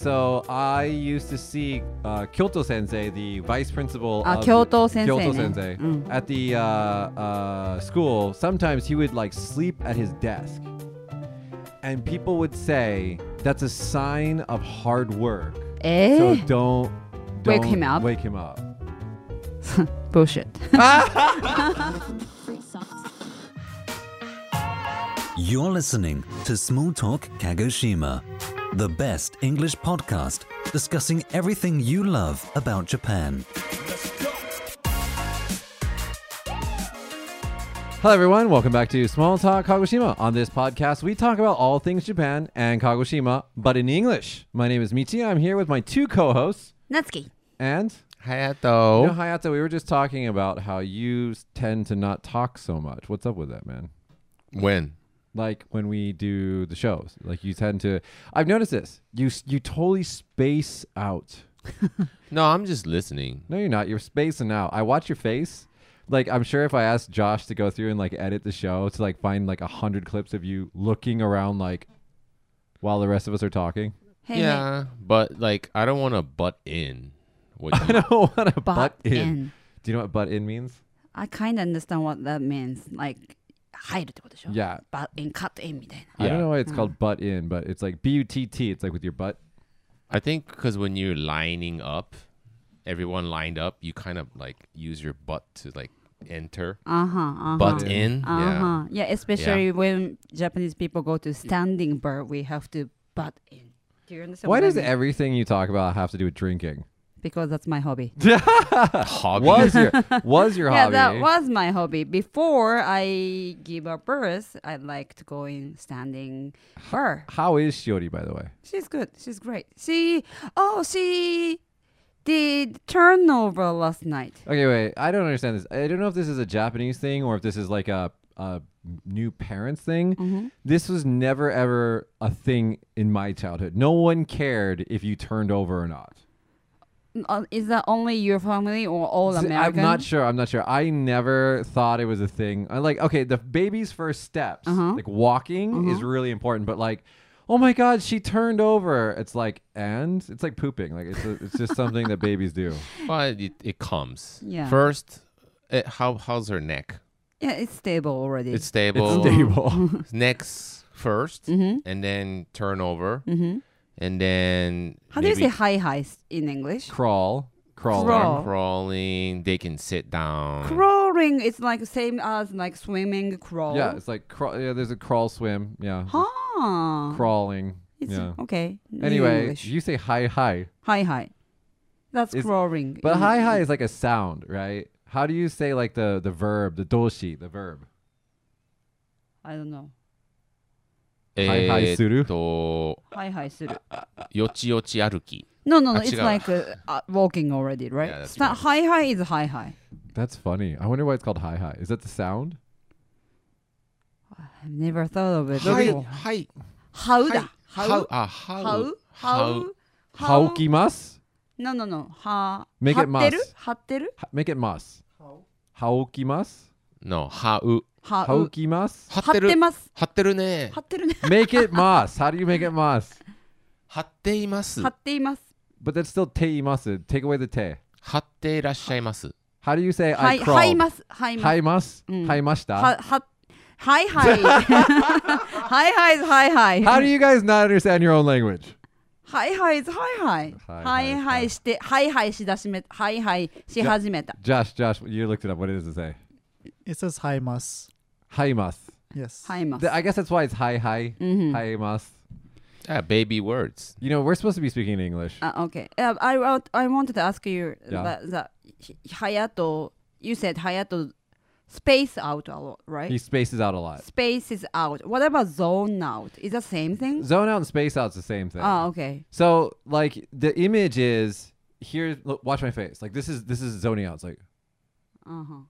So I used to see uh, Kyoto Sensei, the vice principal あ of 教頭先生 Kyoto ね Sensei, うん at the uh, uh, school. Sometimes he would like sleep at his desk, and people would say that's a sign of hard work. え So ー、 don't, Eh? Wake don't him up. Wake him up. bullshit You're listening to Small Talk Kagoshima, the best English podcast discussing everything you love about Japan. Hello, everyone. Welcome back to Small Talk Kagoshima. On this podcast, we talk about all things Japan and Kagoshima, but in English. My name is Michi. I'm here with my two co-hosts 夏希 and. You know, Hayato. Hayato, we were just talking about how you s- tend to not talk so much. What's up with that, man? When? Like when we do the shows, like you tend to. I've noticed this. You s- you totally space out. No, I'm just listening. No, you're not. You're spacing out. I watch your face. Like I'm sure if I asked Josh to go through and like edit the show to like find like a hundred clips of you looking around like while the rest of us are talking. Hey, hey. yeah, but like I don't want to butt in. What you, No, what a Butt butt in. in. Do you know what butt in means? I kind of understand what that means like 入るってことでしょ Yeah. but in cut in みたいな I don't Yeah. know why it's called butt in, but it's like B U T T. It's like with your butt. I think because when you're lining up, everyone lined up, you kind of like use your butt to like enter. あはあは Butt in. Yeah. Uh-huh. Yeah, especially when Japanese people go to standing bar, we have to butt in. Do you understand? Why what I does e- mean? everything you talk about have to do with drinking? Because that's my hobby. Hobby. Was your was your yeah, hobby? that was my hobby. Before I give a birth, I liked going standing bar. How is Shiori, by the way? She's good. She's great. She oh she did turnover last night. Okay, wait. I don't understand this. I don't know if this is a Japanese thing or if this is like a, a new parents thing. Mm-hmm. This was never ever a thing in my childhood. No one cared if you turned over or not. Uh, is that only your family or all S- American? I'm not sure. I'm not sure. I never thought it was a thing. I like okay, the baby's first steps, Uh-huh. like walking, is really important. But like, oh my god, she turned over. It's like and it's like pooping. Like it's a, it's just something that babies do. But it, it comes. Yeah. First, eh, how how's her neck? Yeah, it's stable already. It's stable. It's stable. Necks 1st Mm-hmm. and then turn over, and then How do you say maybe hi hi in English? Crawl, crawl. Crawl. crawling. They can sit down. Crawling is like same as like swimming crawl. Yeah, it's like crawl. Yeah, there's a crawl swim. Yeah, Huh. crawling. It's yeah. okay. in Anyway, English. you say hi hi, hi hi. That's Is- crawling. but in- hi hi is like a sound, right? How do you say like the the verb, the doshi, the verb? I don't know. Hi, hi, suru. えーっと、 Hi hi する。よちよち歩き。 No no no. Ah, It's chigawa. like uh, uh, walking already, right? Yeah, that's Sta- hi hi is hi hi. That's funny. I wonder why it's called hi hi. Is that the sound? I've never thought of it. はい、 before. はい、 How はい da.、はう How あ、は how う、 how how. Haokimas? No no no. Ha. Make it 張ってる mas. 張ってる Ha- Make it mas. Haokimas? no、はう。はう Haokimas? 張って張ってる、ます。張ってるね張。ってるね。 Make it mas. How do you make it mas? 張っています張。っています。 But that's still teimasu. Take away the te. 張っていらっしゃいます。 How do you say は I い、はい crawled? ます。はいます。 Haimas? うん Haimashita? は、は、はいはい。はいはい、はいはい。 How do you guys not understand your own language? はいはい、はいはい。ははいいははいいして、はいはいしだしめ、はいはいし始めた。 Josh, Josh, you looked it up. What does it say? It says hi mas. Haimas. Yes. はいます Th-。I guess that's why it's hi hi. Mm. Haimas. Yeah, baby words. You know, we're supposed to be speaking English. Uh, okay. Uh, I want- I wanted to ask you Yeah. that, that Hayato, you said Hayato space out a lot, right? He spaces out a lot. Space is out. What about zone out? Is that same thing? Zone out and space out's the same thing. Oh, okay. So like the image is here. Look, watch my face. Like this is this is zoning out. It's like Uh-huh.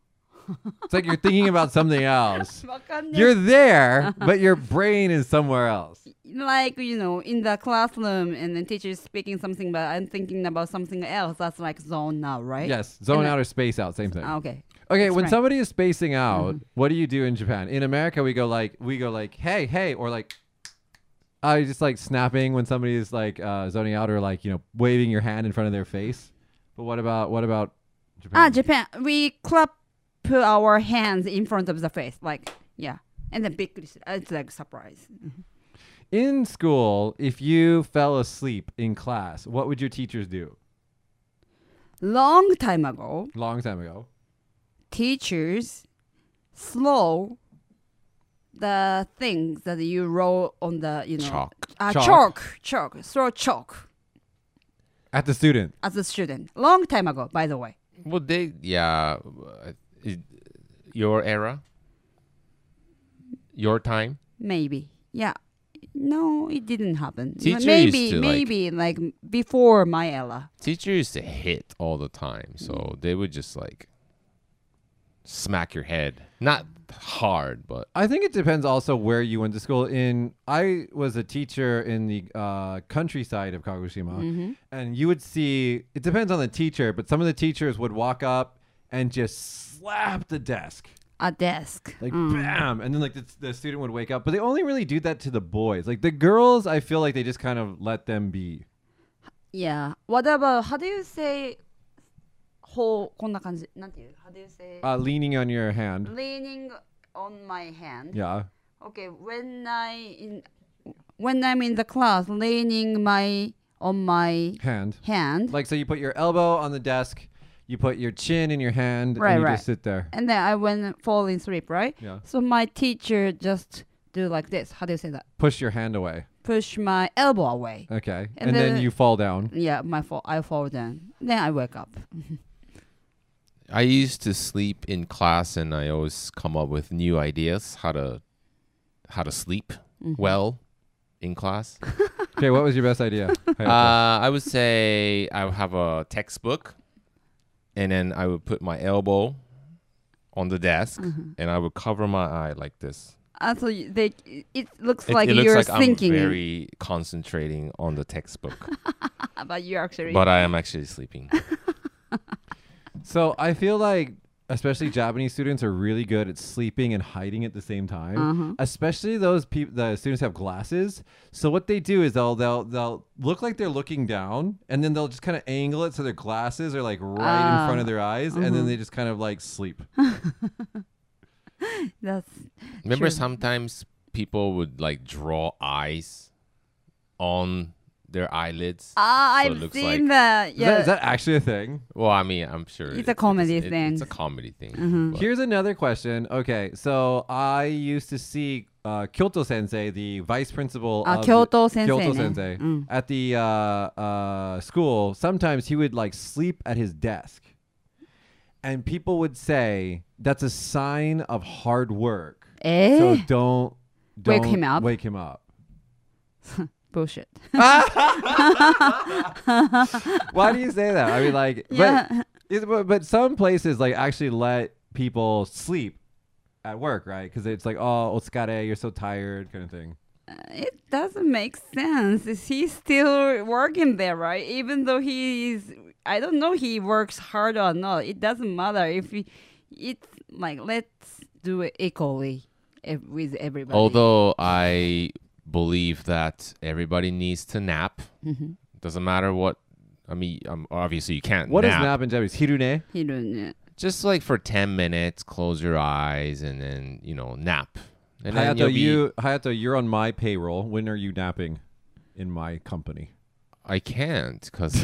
it's like you're thinking about something else. わかんない You're there, but your brain is somewhere else. like you know in the classroom and the teacher is speaking something but i'm thinking about something else that's like zone now right Yes, zone And out or space out, same thing. Ah, okay Okay, when right. Mm-hmm. somebody is spacing out, what do uh, you do in Japan? In America, we go like we go like hey hey or like I just like snapping when somebody is like uh, zoning out or like you know waving your hand in front of their face. But what about what about Japan? Ah, Japan. We clap put our hands in front of the face, like yeah, and then big. It's like surprise. in school, if you fell asleep in class, what would your teachers do? Long time ago, Long time ago. teachers slow the things that you roll on the you know Chalk. Uh, Chalk. chalk, chalk, throw chalk At the student. as a student. Long time ago, by the way. Well, they yeah, uh, it- your era, your time. Maybe. Yeah. No, it didn't happen. M- Teacher maybe used to, like- maybe like, m before my era. Teacher used to hit all the time, so they would just like smack your head, not hard, but I think it depends also where you went to school. In I was a teacher in the uh, countryside of Kagoshima, and you would see. It depends on the teacher, but some of the teachers would walk up and just slap the desk, A desk. like bam, and then like the, the student would wake up. But they only really do that to the boys. Like the girls, I feel like they just kind of let them be. Yeah. What about how do you say whole こんな感じなんていう how do you say Uh, leaning on your Mm. hand, leaning on my hand? yeah. Okay, when I in when I'm in the class, leaning my on my Hand, hand, like so, you put your elbow on the desk, you put your chin in your hand, Right, and you right. just sit there. and then I went fall in sleep, right? Yeah. So my teacher just do like this. How do you say that? Push your hand away. Push my elbow away. Okay, And and then then- you fall down. yeah, my fall. I fall down. Then I wake up. I used to sleep in class, and I always come up with new ideas how to how to sleep Mm-hmm. well in class. Okay, what was your best idea? Hey, Uh, I would say I would have a textbook, and then I would put my elbow on the desk, Mm-hmm. and I would cover my eye like this. Uh, so you- they, it looks It, like it looks you're like thinking, I'm very concentrating on the textbook, but you're actually. but I am actually sleeping. so I feel like especially Japanese students are really good at sleeping and hiding at the same time. Uh-huh. Especially those people, the students have glasses. So what they do is they'll they'll they'll look like they're looking down, and then they'll just kind of angle it so their glasses are like right in Ah. front of their eyes, and Mm-hmm. then they just kind of like sleep. that's Remember, Sure. sometimes people would like draw eyes on their eyelids. ah, So it I've looks seen like- that. Is, Yeah, that, is that actually a thing? Well, I mean, I'm sure It's a comedy it- thing. Mm-hmm. It's a comedy thing. but- Here's another question. Okay, so I used to see uh, Kyoto Sensei, the vice principal Ah, of Kyoto sensei Mm. Kyoto ね。 Sensei, うん。 at the uh, uh, school. Sometimes he would like sleep at his desk, and people would say that's a sign of hard work. Eh? So don't, Wake don't him up. Wake him up. bullshit. Why do you say that? I mean, like, Yeah. but, it, but but some places like actually let people sleep at work, right? Because it's like, oh, otsukare, you're so tired, kind of thing. It doesn't make sense. Is he still working there, right? Even though he is, I don't know, he works hard or not. It doesn't matter if he, it's like let's do it equally ev- with everybody. Although I believe that everybody needs to nap. Mm-hmm. Doesn't matter what. I mean, um, obviously you can't What is nap. nap in Japanese? Hirune. he don't. Just like for ten minutes, close your eyes and then you know nap. And then Hayato, you'll be- you Hayato, you're on my payroll. When are you napping in my company? I can't because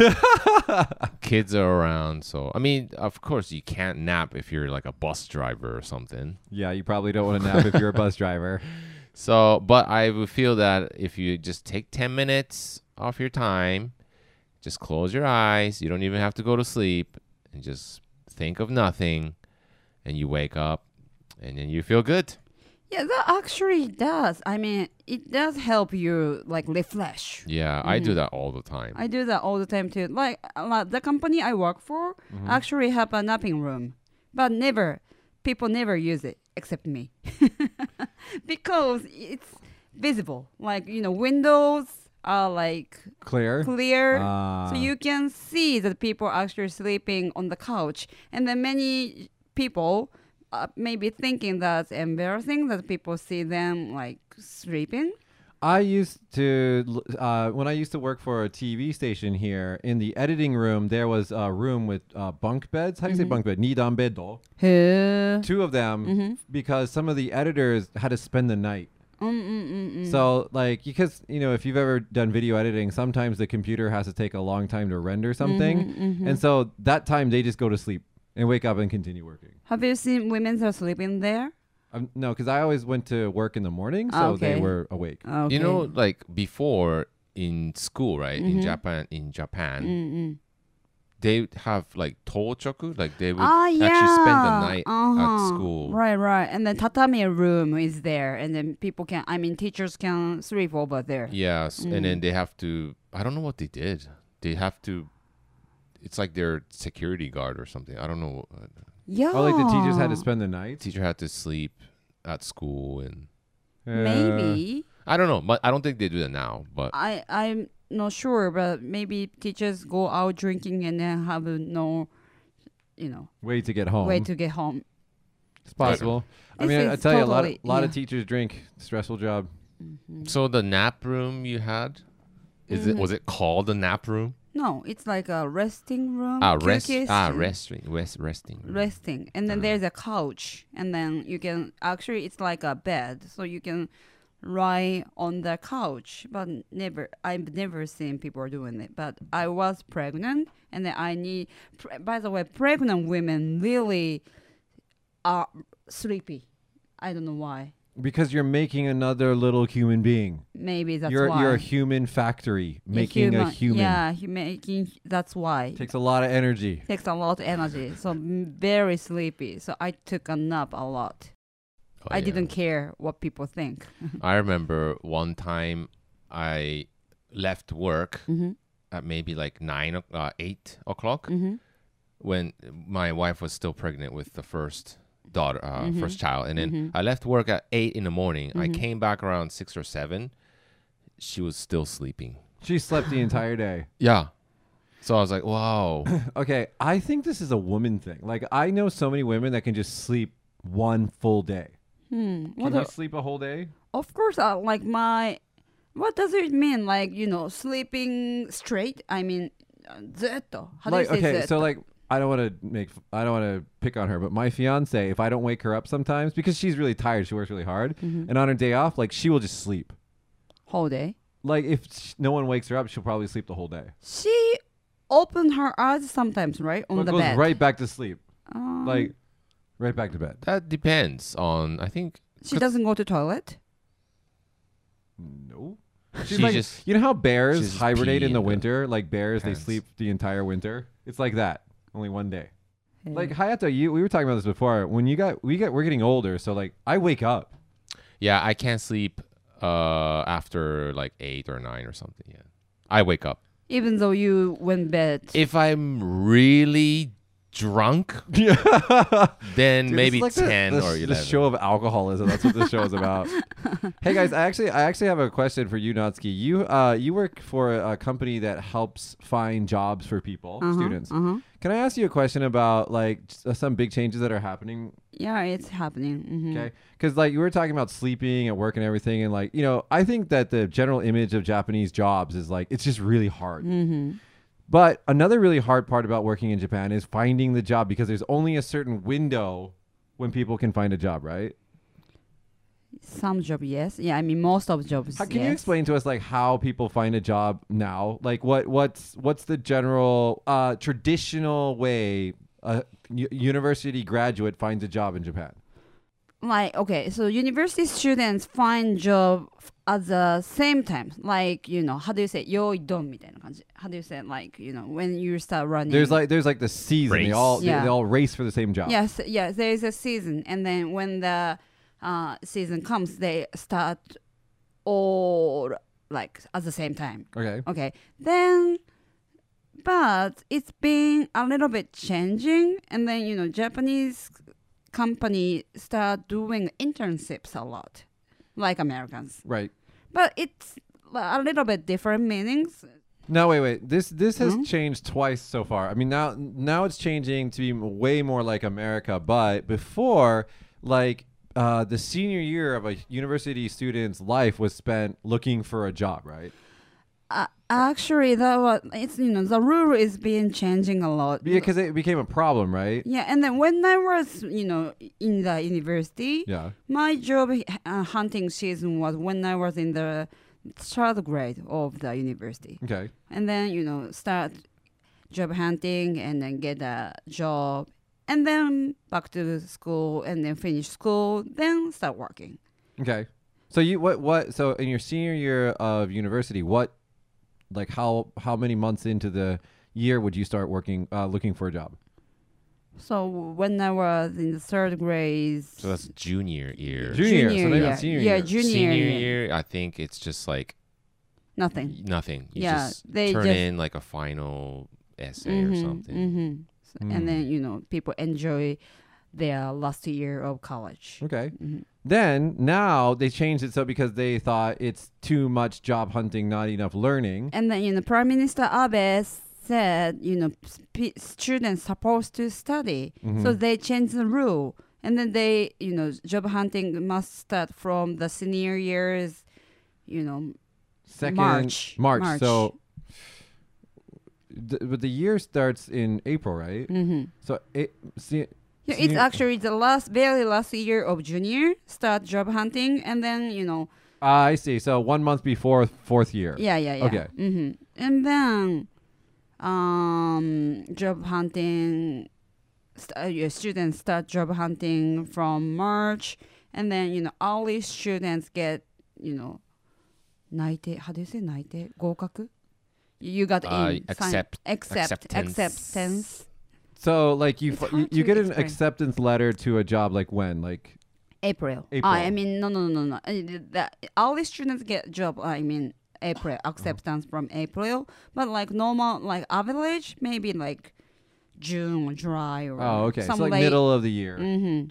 kids are around. So I mean, of course you can't nap if you're like a bus driver or something. Yeah, you probably don't want to nap if you're a bus driver. So, but I would feel that if you just take 10 minutes off your time, just close your eyes, you don't even have to go to sleep, and just think of nothing, and you wake up, and then you feel good. Yeah, that actually does. I mean, it does help you like refresh. Yeah, I do that all the time. Mm-hmm. I do that all the time too. Like, uh, like the company I work for actually have a napping room, but never people never use it except me because it's visible. Like you know, windows are like Clear. clear, Ah. so you can see that people are actually sleeping on the couch, and then many people. Uh, maybe thinking that's embarrassing that people see them like sleeping. I used to uh, when I used to work for a TV station here in the editing room. There was a room with uh, bunk beds. How do you Mm-hmm. say bunk bed? Nidan beddo. He. Two of them, Mm-hmm. because some of the editors had to spend the night. Mm, Mm-mm-mm-mm. So like because you know if you've ever done video editing, sometimes the computer has to take a long time to Mm-hmm, render something, and so that time they just go to sleep and wake up and continue working. Have you seen women that are sleeping there? Um, no, because I always went to work in the morning, so Ah, they okay. were awake. Ah, Okay. Mm-hmm. You know, like before in school, right? In Japan, in Japan, Mm-mm. they have like tochoku, like they would Ah, yeah. actually spend the night Uh-huh. at school. Right, right. And then tatami room is there, and then people can, I mean, teachers can sleep over there. Yes, and Mm. then they have to. I don't know what they did. They have to. It's like their security guard or something. I don't know. Uh, Yeah. Or like the teachers had to Oh. spend the night. Teacher had to sleep at school, and Uh, Maybe. I don't know. But I don't think they do that now. But I, I'm not sure, but maybe teachers go out drinking and then have no, you know, way to get home. way to get home. it's possible. I This mean, I is tell you, a lot, of, totally- lot of yeah. teachers drink. Stressful job. Mm-hmm. Um, so the nap room you had, is it was it called the nap room? No, it's like a resting room. Ah, rest. kyrgyz, Ah, and resting. Rest, resting. room. Resting. And Uh-huh. then there's a couch. And then you can actually, it's like a bed. So you can lie on the couch. But never, I've never seen people doing it. But I was pregnant. And then I need, pre- by the way, pregnant women really are sleepy. I don't know why. Because you're making another little human being. Maybe that's you're why. you're a human factory, making a human. Yeah, hu- making, that's why. Takes a lot of energy. takes a lot of energy. So m- very sleepy. So I took a nap a lot. Oh, I yeah. didn't care what people think. I remember one time I left work Mhm. at maybe like nine, o- uh, eight o'clock Mhm. when my wife was still pregnant with the first daughter, uh, first child, and then I left work at eight in the morning. I came back around six or seven. She was still sleeping. She slept the entire day. Yeah. So I was like, wow. Okay, I think this is a woman thing. Like I know so many women that can just sleep one full day. Hmm. Can What you a- sleep a whole day? of course, I, like my. What does it mean? Like you know, sleeping straight. I mean, uh, zetto. How like do you say okay, zetto? so like I don't want to make f- I don't want to pick on her, but my fiance, if I don't wake her up sometimes because she's really tired, she works really hard, Mm-hmm. and on her day off, like she will just sleep. whole day. Like if sh- no one wakes her up, she'll probably sleep the whole day. She opened her eyes sometimes, right on But the goes bed. right back to sleep, Um, like right back to bed. that depends on, I think. she doesn't go to toilet. No. She's like, just- you know how she's bears just hibernate in the peeing in the winter? Like bears, pants. they sleep the entire winter. It's like that, only one day. Like Hayato, you we were talking about this before. When you got we got we're getting older, so like I wake up. Yeah, I can't sleep uh, after like eight or nine or something. Yeah. I wake up. Even though you went bed. if I'm really drunk, then Dude, this is maybe like the- ten the, or the eleven. show of alcoholism. That's what this show is about. hey guys, I actually I actually have a question for you, Natsuki. You uh you work for a, a company that helps find jobs for people, students. uh-huh. Can I ask you a question about like s- some big changes that are happening? Yeah, it's happening. Mhm. Okay, because like you were talking about sleeping at work and everything, and like you know, I think that the general image of Japanese jobs is like it's just really hard. Mm. But another really hard part about working in Japan is finding the job because there's only a certain window when people can find a job, right? Some job, yes. Yeah, I mean most of jobs. How, can you yes. explain to us like how people find a job now? Like what what's what's the general uh, traditional way a u- university graduate finds a job in Japan? Like okay, so university students find job f- at the same time. Like you know, how do you say yo don How do you say like you know when you start running? There's like there's like the season. They Race. all they- Yeah. they, all race for the same job. yes, yes. There is a season, and then when the uh, season comes, they start all like at the same time. Okay. Okay. Then, but it's been a little bit changing, and then you know Japanese company start doing internships a lot, like Americans. Right. But it's a little bit different meanings. No, wait, wait. This this has changed twice so far. I mean, now now it's changing to be way more like America, but before, like uh, the senior year of a university student's life was spent looking for a job, right? Uh, actually, that was it's you know the rule is being changing a lot. Because it became a problem, right? Yeah, and then when I was you know in the university, Yeah. my job uh, hunting season was when I was in the third grade of the university, Okay. and then you know start job hunting and then get a job, and then back to school and then finish school, then start working. Okay. So you what what so in your senior year of university, what like how how many months into the year would you start working uh, looking for a job? So when I was in the third grade, So that's junior year. Ju- Junior, so junior they got year. senior yeah, year. junior Senior year. year, I think it's just like nothing. nothing. You Yeah, just they turn just- in like a final essay or something. mhm. S- Mm. And then you know people enjoy their last year of college. Okay. Mhm. Then now they changed it so because they thought it's too much job hunting, not enough learning. And then you know Prime Minister Abe said you know sp- students supposed to study, so they changed the rule. And then they you know job hunting must start from the senior years, you know Second March. March. March. So the, but the year starts in April, right? Mm-hmm. So it see, Yeah, it's Senior- actually the last, very last year of junior. Start job hunting, and then you know, Ah, I see. So one month before fourth year. yeah, yeah, yeah. Okay. hmm And then, um, job hunting. St- uh, your students start job hunting from March, and then you know, all these students get you know, 内定. How do you say 内定?合格? You got Uh, in. accept- Accept. acceptance. Acceptance. So like you It's f- you, hard you to get an explain. acceptance letter to a job like when? Like April. Ah, April. I mean, no, no, no, no. Uh, The, all the students get job. I mean, April Uh-huh. acceptance from April, but like normal, like average, maybe like June or July or Oh, okay. Some so like late- middle of the year. Mhm.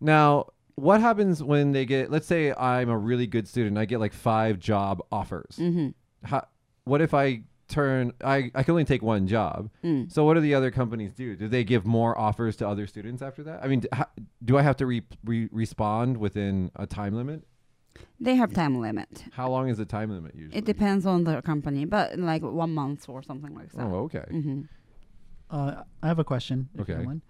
Now, what happens when they get? Let's say I'm a really good student. I get like five job offers. mm-hmm, How, what if I turn? I I can only take one job. mm. So what do the other companies do? Do they give more offers to other students after that? I mean, d- how, do I have to re, re, respond within a time limit? They have time limit. How long is the time limit usually? It depends on the company, but like one month or something like that. Oh, okay. hmm Uh, I have a question. if you Okay. don't mind.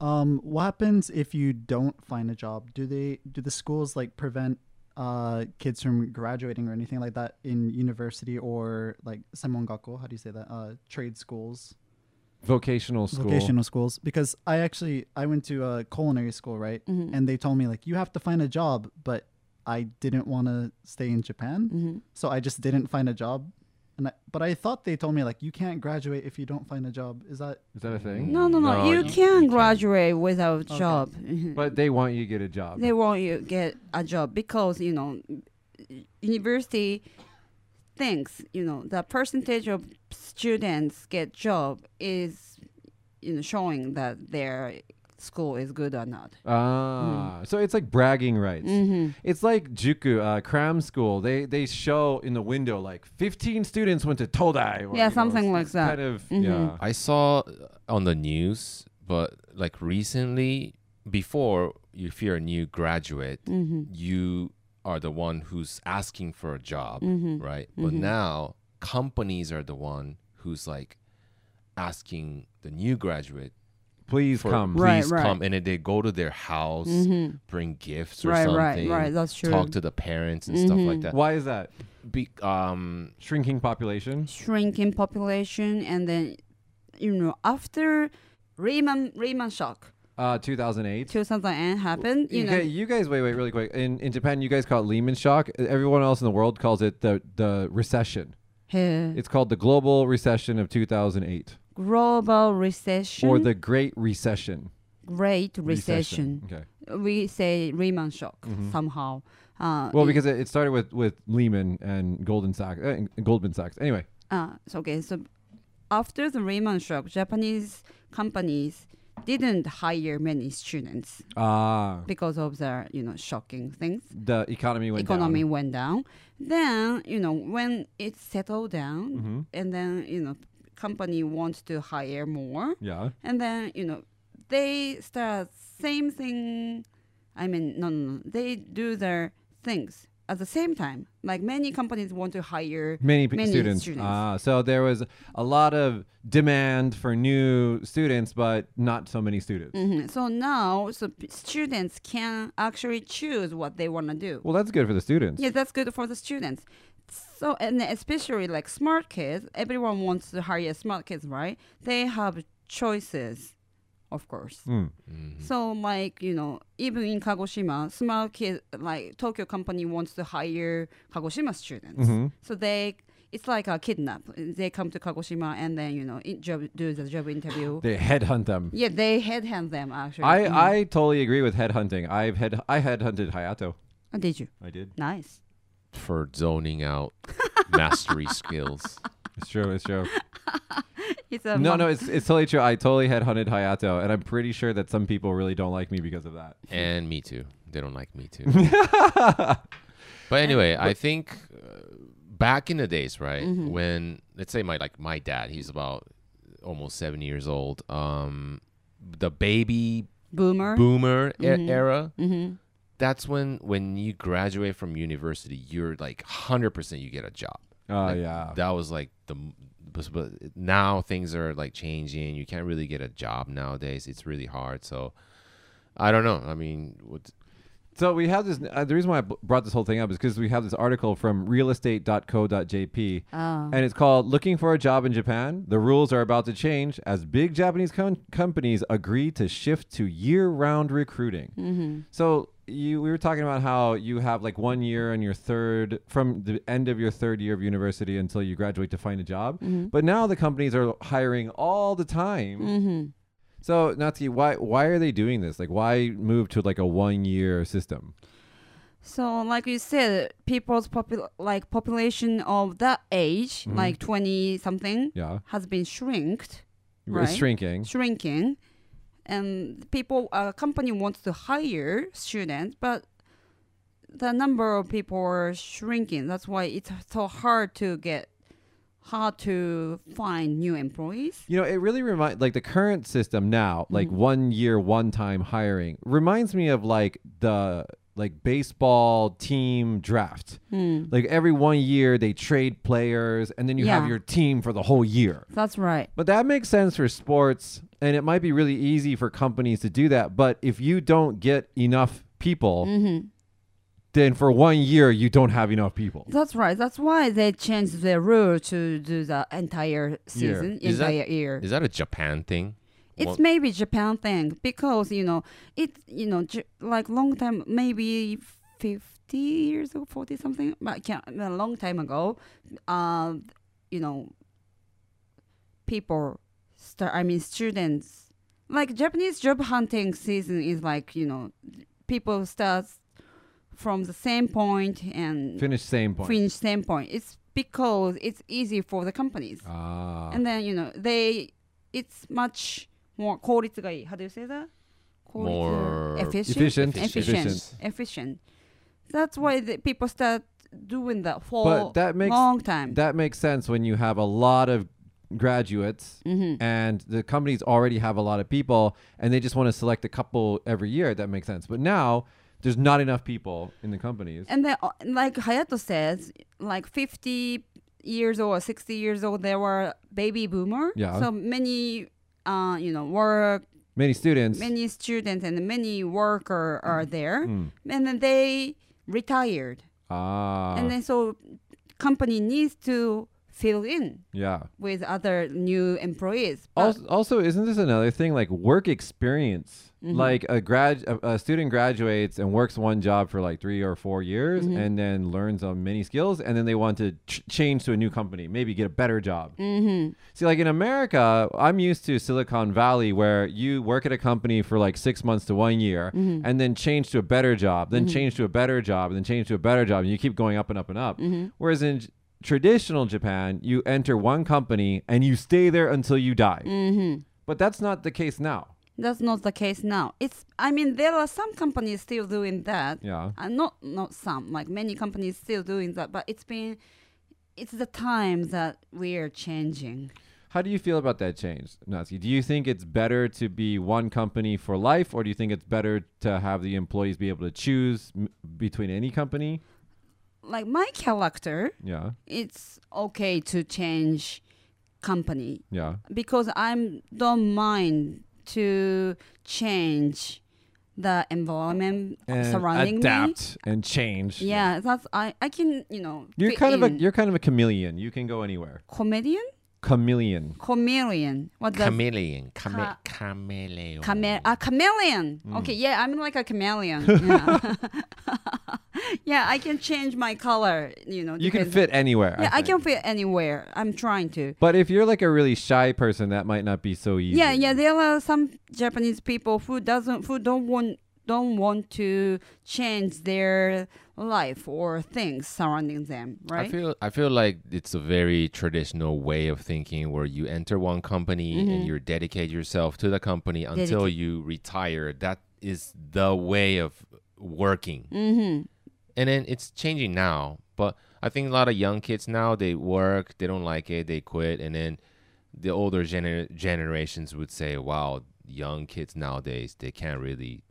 Um, what happens if you don't find a job? Do they do the schools like prevent uh kids from graduating or anything like that in university or like semongaku? How do you say that? Uh, trade schools, Vocational school. vocational schools. Because I actually I went to a culinary school, right? And they told me like you have to find a job, but I didn't want to stay in Japan, mm-hmm. Oh, so I just didn't find a job. And I, but I thought they told me like you can't graduate if you don't find a job. Is that Is that a thing? No, no, no. No, you, you- can you can. graduate without job. But they want you to get a job. they want you to get a job because you know university thinks you know the percentage of students get job is you know showing that their school is good or not Ah, Mm. so it's like bragging rights. It's like juku, uh, cram school. They they show in the window like 15 students went to Todai. Or, Yeah, you know, something it's- like it's that. Kind of, Mhm. yeah. I saw on the news, but like recently, before, if you're a new graduate, you are the one who's asking for a job, Mm-hmm. right? But now companies are the one who's like asking the new graduate Please for come. Right. Mm-hmm. please come, and then they go to their house, bring gifts or Right, right, something, right, that's Talk true. Mm-hmm. to the parents and stuff like that. Why is that? Be, um, Shrinking population. shrinking population and then you know after Riemann Riemann shock Uh, 2008. 2008 happened you know okay, you guys, wait, wait, really quick. In in Japan, you guys call it Lehman shock. E, Everyone else in the world calls it the the recession. eh, It's called the global recession of 2008 global recession or the Great Recession. great recession, Okay. we say Riemann shock somehow uh, Mm-hmm. Well, because it, it started with, with Lehman and Goldman Sachs. Uh, and Goldman Sachs. Anyway, Uh, so, okay, so after the Riemann shock, Japanese companies didn't hire many students ah, because of the you know shocking things. the economy went Economy down. went down. Then you know when it settled down, Mm-hmm. and then you know company wants to hire more, Yeah. and then you know they start same thing I mean, no, no, no. They do their things at the same time. Like many companies want to hire Many, p- students. Ah, so there was a lot of demand for new students, but not so many students. Mhm. So now, so p- students can actually choose what they want to do. Well, that's good for the students. Yeah, that's good for the students. So, and especially like smart kids, everyone wants to hire smart kids, right? They have choices, of course. Mm. So, like, you know, even in Kagoshima, smart kids, like Tokyo company wants to hire Kagoshima students. Mm-hmm. So they, it's like a kidnap. They come to Kagoshima and then, you know, in- job, do the job interview. They headhunt them. yeah, they headhunt them actually. I, Mhm. I totally agree with headhunting. I've head I headhunted Hayato. Oh, did you? I did. Nice. for zoning out mastery skills. It's true. It's true. It's a no, mon- no, it's it's totally true. I totally headhunted Hayato, and I'm pretty sure that some people really don't like me because of that. And me too. They don't like me too. but anyway, I think uh, back in the days, right, Mm-hmm. when let's say my like my dad, he's about almost 70 years old. Um the baby boomer. boomer e- era. Mhm. That's when when you graduate from university, you're like 100% you get a job. Oh Like, yeah. That was like the m- but but now things are like changing. You can't really get a job nowadays. It's really hard. So I don't know. I mean, what, So we have this. Uh, the reason why I b- brought this whole thing up is because we have this article from realestate.co.jp, Oh. and it's called "Looking for a Job in Japan: The Rules Are About to Change as Big Japanese com- Companies Agree to Shift to Year-Round Recruiting." So you, we were talking about how you have like one year on your third, from the end of your third year of university until you graduate to find a job. But now the companies are hiring all the time. Mm. Mm-hmm. So Natsuki, why why are they doing this? Like, why move to like a one year system? So, like you said, people's popul- like population of that age, Mm-hmm. like twenty something, Yeah, has been shrinked, it's Right. shrinking. shrinking, and people, a company wants to hire students, but the number of people are shrinking. That's why it's so hard to get, hard to find new employees. You know, it really reminds like the current system now, like Mm-hmm. one year, one time hiring, reminds me of like the like baseball team draft. Hmm. Like every one year they trade players, and then you have Yeah. your team for the whole year. That's right. But that makes sense for sports, and it might be really easy for companies to do that. But if you don't get enough Oh. people, Mm. Mm-hmm. then for one year you don't have enough people. That's right. That's why they changed the rule to do the entire season, Is that- entire year. is that a Japan thing? It's Well- maybe Japan thing because you know it you know J- like long time maybe fifty years ago forty something but I can't, a long time ago, uh, you know people start I mean students like Japanese job hunting season is like you know people start from the same point and Finish same point. finish same point. It's because it's easy for the companies Ah. and then you know they it's much more 効率がいい how do you say that 効率 More efficient. efficient efficient efficient that's why the people start doing that for But that makes- long time that makes sense when you have a lot of graduates Mm-hmm. and the companies already have a lot of people and they just want to select a couple every year. That makes sense. But now there's not enough people in the companies. and then uh, like hayato says like 50 years old or 60 years old they were baby boomer Yeah. so many uh, you know work Many students. many students and many worker are there Mm. and then they retired ah. and then so company needs to fill in yeah. with other new employees But- Also, also, isn't this another thing like work experience? Mm-hmm. Like a grad, a, a student graduates and works one job for like three or four years, Mm-hmm. and then learns on many skills, and then they want to ch- change to a new company, maybe get a better job. See, like in America, I'm used to Silicon Valley where you work at a company for like six months to one year, and then change to a better job, then change to a better job, and then change to a better job, and you keep going up and up and up. Whereas in J- traditional Japan, you enter one company and you stay there until you die. Mm. But that's not the case now. Mm-hmm. that's not the case now it's i mean there are some companies still doing that Yeah. and not not some like many companies still doing that but it's been it's the time that we are changing How do you feel about that change, Natsuki? Do you think it's better to be one company for life, or do you think it's better to have the employees be able to choose m- between any company? Like my character, Yeah, it's okay to change company yeah, because I don't mind to change the environment and surrounding me. adapt and change. Yeah, that's I. I can you know. you're fit kind of a in. you're kind of a chameleon. You can go anywhere. comedian, Chameleon. chameleon. What does Chameleon. Chame- Ca- uh, chameleon. Chame- a chameleon. Mm. Okay, yeah, I'm like a chameleon. Yeah. yeah, I can change my color. You know, You can depends- fit anywhere. Yeah, I, think. can fit anywhere. I'm trying to. But if you're like a really shy person, that might not be so easy. Yeah, yeah. There are some Japanese people who doesn't who don't want don't want to change their life or things surrounding them. Right. I feel I feel like it's a very traditional way of thinking where you enter one company Mm-hmm. and you dedicate yourself to the company until Dedicate. you retire. That is the way of working. mm-hmm. And then it's changing now, but I think a lot of young kids now they work, they don't like it, they quit, and then the older gener- generations would say, "Wow, young kids nowadays they can't really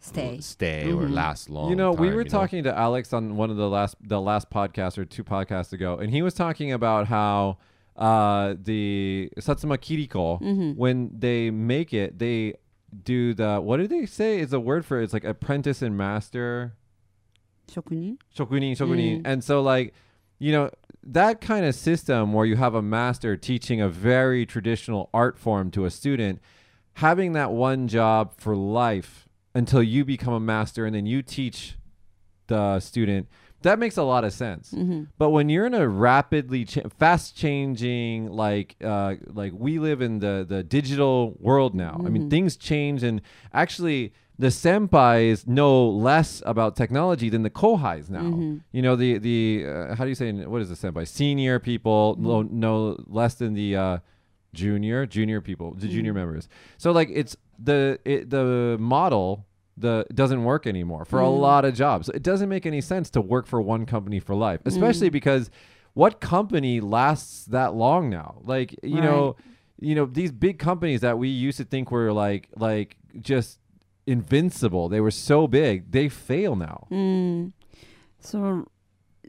Stay. stay or last long." You know, we were time, Mm-hmm. you know? talking to Alex on one of the last the last podcast or two podcasts ago, and he was talking about how uh the Satsuma Kiriko, Mm-hmm. when they make it, they do the what did they say is a word for it? It's like apprentice and master. 職人? shokunin shokunin and so like you know that kind of system where you have a master teaching a very traditional art form to a student having that one job for life until you become a master and then you teach the student that makes a lot of sense Mm-hmm. but when you're in a rapidly cha- fast changing like uh, like we live in the the digital world now i mean things change and actually the senpais know less about technology than the kohais now you know the the uh, how do you say what is the senpai senior people lo- know less than the uh, junior junior people the junior members so like it's the it, the model the doesn't work anymore for a lot of jobs it doesn't make any sense to work for one company for life especially because what company lasts that long now like you know you know these big companies that we used to think were like like just invincible they were so big they fail now Mm. So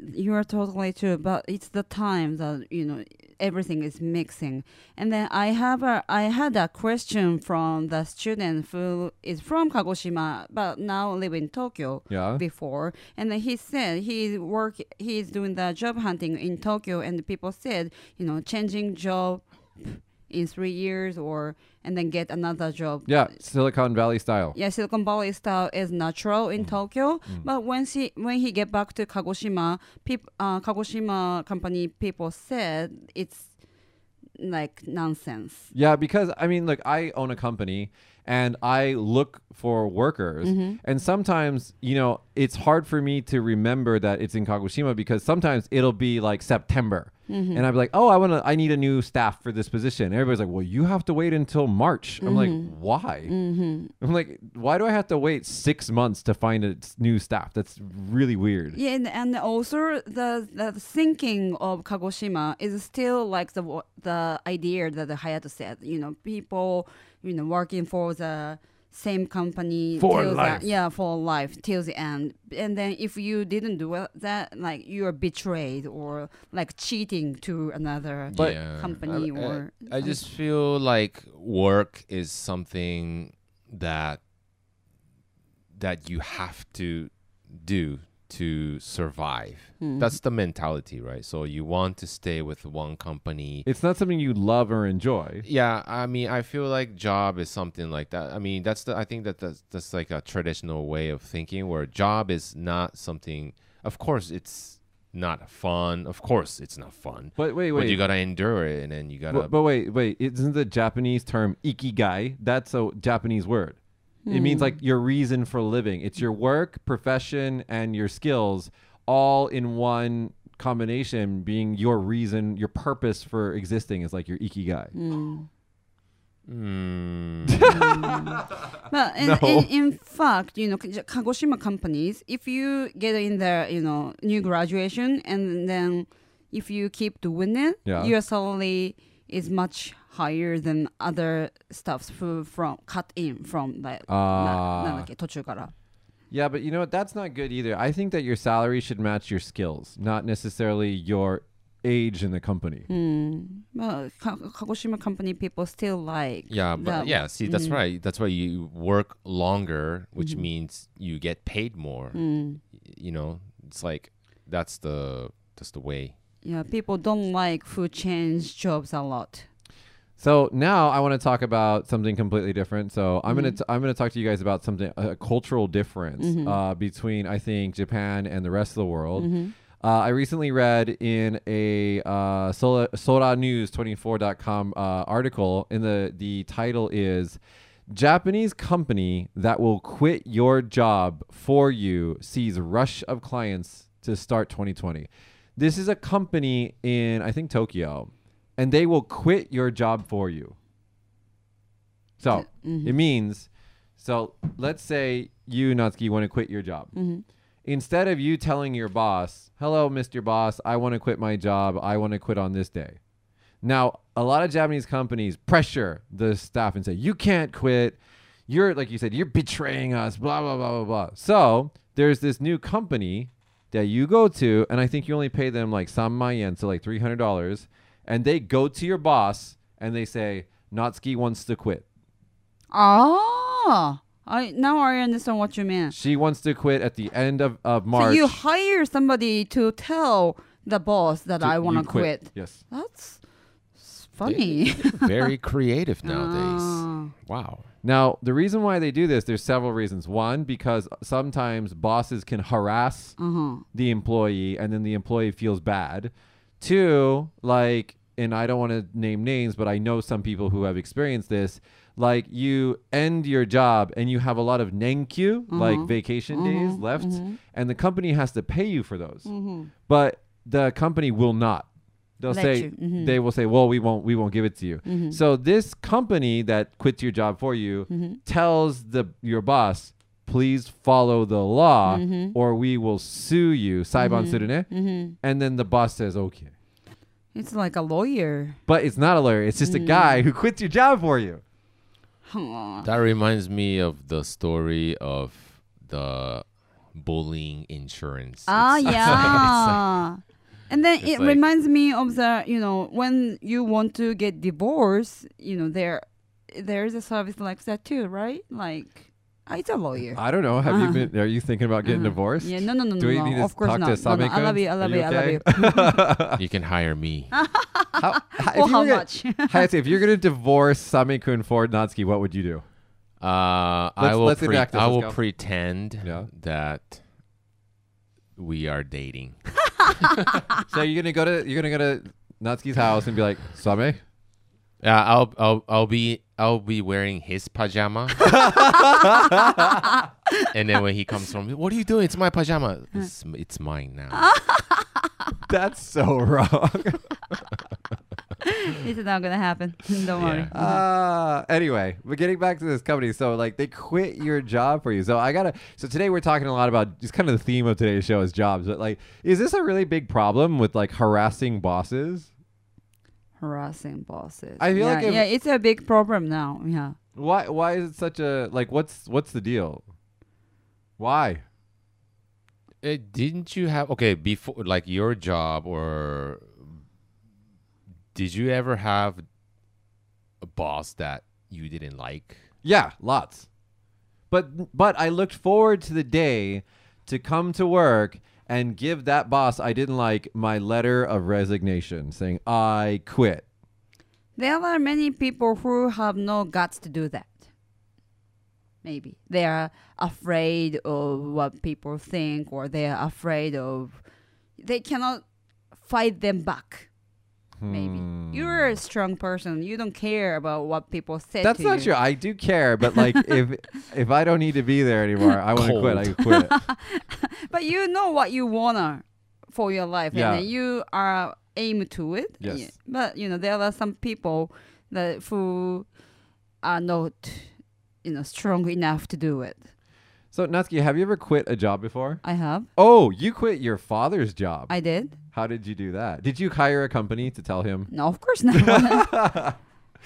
you are totally true, but it's the time that you know everything is mixing. And then I have a I had a question from the student who is from Kagoshima but now live in Tokyo yeah before and then he said he work he's doing the job hunting in Tokyo and people said, you know, changing job in 3 years or and then get another job yeah silicon valley style yeah, Silicon Valley style is natural in Tokyo, but when he when he get back to Kagoshima, peop, uh, Kagoshima company people said it's like nonsense. Yeah, because I mean, look, I own a company and I look for workers, and sometimes you know it's hard for me to remember that it's in Kagoshima because sometimes it'll be like September, and I'm like, oh, I want to, I need a new staff for this position. Everybody's like, well, you have to wait until March. I'm like, why? I'm like, why do I have to wait six months to find a s- new staff? That's really weird. Yeah, and, and also the the thinking of Kagoshima is still like the wo- the idea that the Hayato said. You know, people you know working for the same company For till the- life. yeah, for life till the end. And then if you didn't do it- that, like you are betrayed or like cheating to another But- company I, I- or I just feel like work is something that that you have to do to survive. Mm. Mm-hmm. That's the mentality, right? So you want to stay with one company. It's not something you love or enjoy. yeah, I mean, I feel like job is something like that. I mean, that's the I think that that's, that's like a traditional way of thinking where job is not something. Of course, it's not fun. Of course, it's not fun. But wait, wait. But you gotta endure it, and then you gotta But, but wait, wait, isn't the Japanese term ikigai? That's a Japanese word. It means like your reason for living. It's your work, profession, and your skills all in one combination being your reason, your purpose for existing is like your ikigai. Hmm. But in, No. in, in fact, you know, K- Kagoshima companies, if you get in there, you know, new graduation, and then if you keep doing it, Yeah. you're suddenly, is much higher than other stuffs fro- from cut in from like Ah. ななんだっけ途中から。 Yeah, but you know what? That's not good either. I think that your salary should match your skills, not necessarily your age in the company. うん。まあか鹿児島 company people still like Yeah, that but yeah, see, Mm. that's right. That's why you work longer, which Mm-hmm. means you get paid more. Mm. hmm. Y- You know, it's like that's the that's the way. Yeah, people don't like who change jobs a lot. So now I want to talk about something completely different. So I'm gonna t- I'm gonna talk to you guys about something a cultural difference uh, between I think Japan and the rest of the world. Mm-hmm. Uh, I recently read in a uh, Sora, Sora News 24.com uh, article, and the the title is Japanese company that will quit your job for you sees rush of clients to start 2020. This is a company in I think Tokyo and they will quit your job for you. So Mm-hmm. it means, so let's say you, Natsuki, want to quit your job. Instead of you telling your boss, hello, Mr. Boss, I want to quit my job. I want to quit on this day. Now, a lot of Japanese companies pressure the staff and say, you can't quit. You're, like you said, you're betraying us, blah, blah, blah, blah, blah. So there's this new company that you go to, and I think you only pay them like some yen, so like $300. And they go to your boss and they say, Natsuki wants to quit. Ah, I now I understand what you mean. She wants to quit at the end of, of So March. you hire somebody to tell the boss that I You want to quit. Yes. That's s- funny. Very creative nowadays. Oh. Ah. Wow. Now, the reason why they do this, there's several reasons. One, because sometimes bosses can harass Mm-hmm. the employee and then the employee feels bad. Two, like, and I don't want to name names, but I know some people who have experienced this. Like, you end your job and you have a lot of nenkyu, like Mm-hmm. vacation days left, and the company has to pay you for those. But the company will not. They'll Let say you. Mm-hmm. Mhm. they will say, "Well, we won't, we won't give it to you." So this company that quits your job for you Mm-hmm. tells the your boss, "Please follow the law, Mm-hmm. or we will sue you." Saiban surune, eh? and then the boss says, "Okay," it's like a lawyer. but it's not a lawyer; it's just Mm-hmm. a guy who quits your job for you. Huh. That reminds me of the story of the bullying insurance. Ah, It's- it's like- yeah. And then it's it like- reminds me of the, you know, when you want to get divorced, you know, there, there is a service like that too, right? Like, ah, it's a lawyer. I don't know. Have you been? Are you thinking about Uh, getting divorced? Uh-huh. yeah, no, no, no, Do we no, need no. to Of course talk not. to No, no, I Same-kun? love you, I Are love you you, I love okay? you. you can hire me. Ah. How, how, if Well, you how were gonna- much? Hayate, if you're gonna divorce Sami Kun for Natsuki, what would you do? Uh, I Let's- will. let's pre- enact this. I Let's will go. pretend Yeah. that we are dating. So you're gonna go to you're gonna go to Natsuki's house and be like, Sami, Yeah, Uh, I'll, I'll, I'll be, I'll be wearing his pajama. and then when he comes home, what are you doing? It's my pajama. It's, it's mine Ah. now. that's so wrong. it's not gonna happen. Don't worry. Uh, anyway, we're getting back to this company. So, like, they quit your job for you. So, I gotta. So, today we're talking a lot about just kind of the theme of today's show is jobs. But, like, is this a really big problem with like harassing bosses? Harassing bosses. I feel yeah, like if- yeah, it's a big problem now. Yeah. Why? Why is it such a like? What's what's the deal? Why? Uh, didn't you have okay before like your job or did you ever have a boss that you didn't like? Yeah, lots. But but I looked forward to the day to come to work and give that boss I didn't like my letter of resignation saying I quit. There are many people who have no guts to do that. Maybe they are afraid of what people think, or they are afraid of they cannot fight them back. Maybe Hmm. you're a strong person. You don't care about what people say. That's to not you. true. I do care, but like if if I don't need to be there anymore, I want to quit. I quit. But you know what you wanna for your life, Yeah. and then you are aim to it. Yes. Yeah. But you know there are some people that who are not, you know, strong enough to do it. So Natsuki, have you ever quit a job before? I have. Oh, you quit your father's job. I did. How did you do that? Did you hire a company to tell him? No, of course not.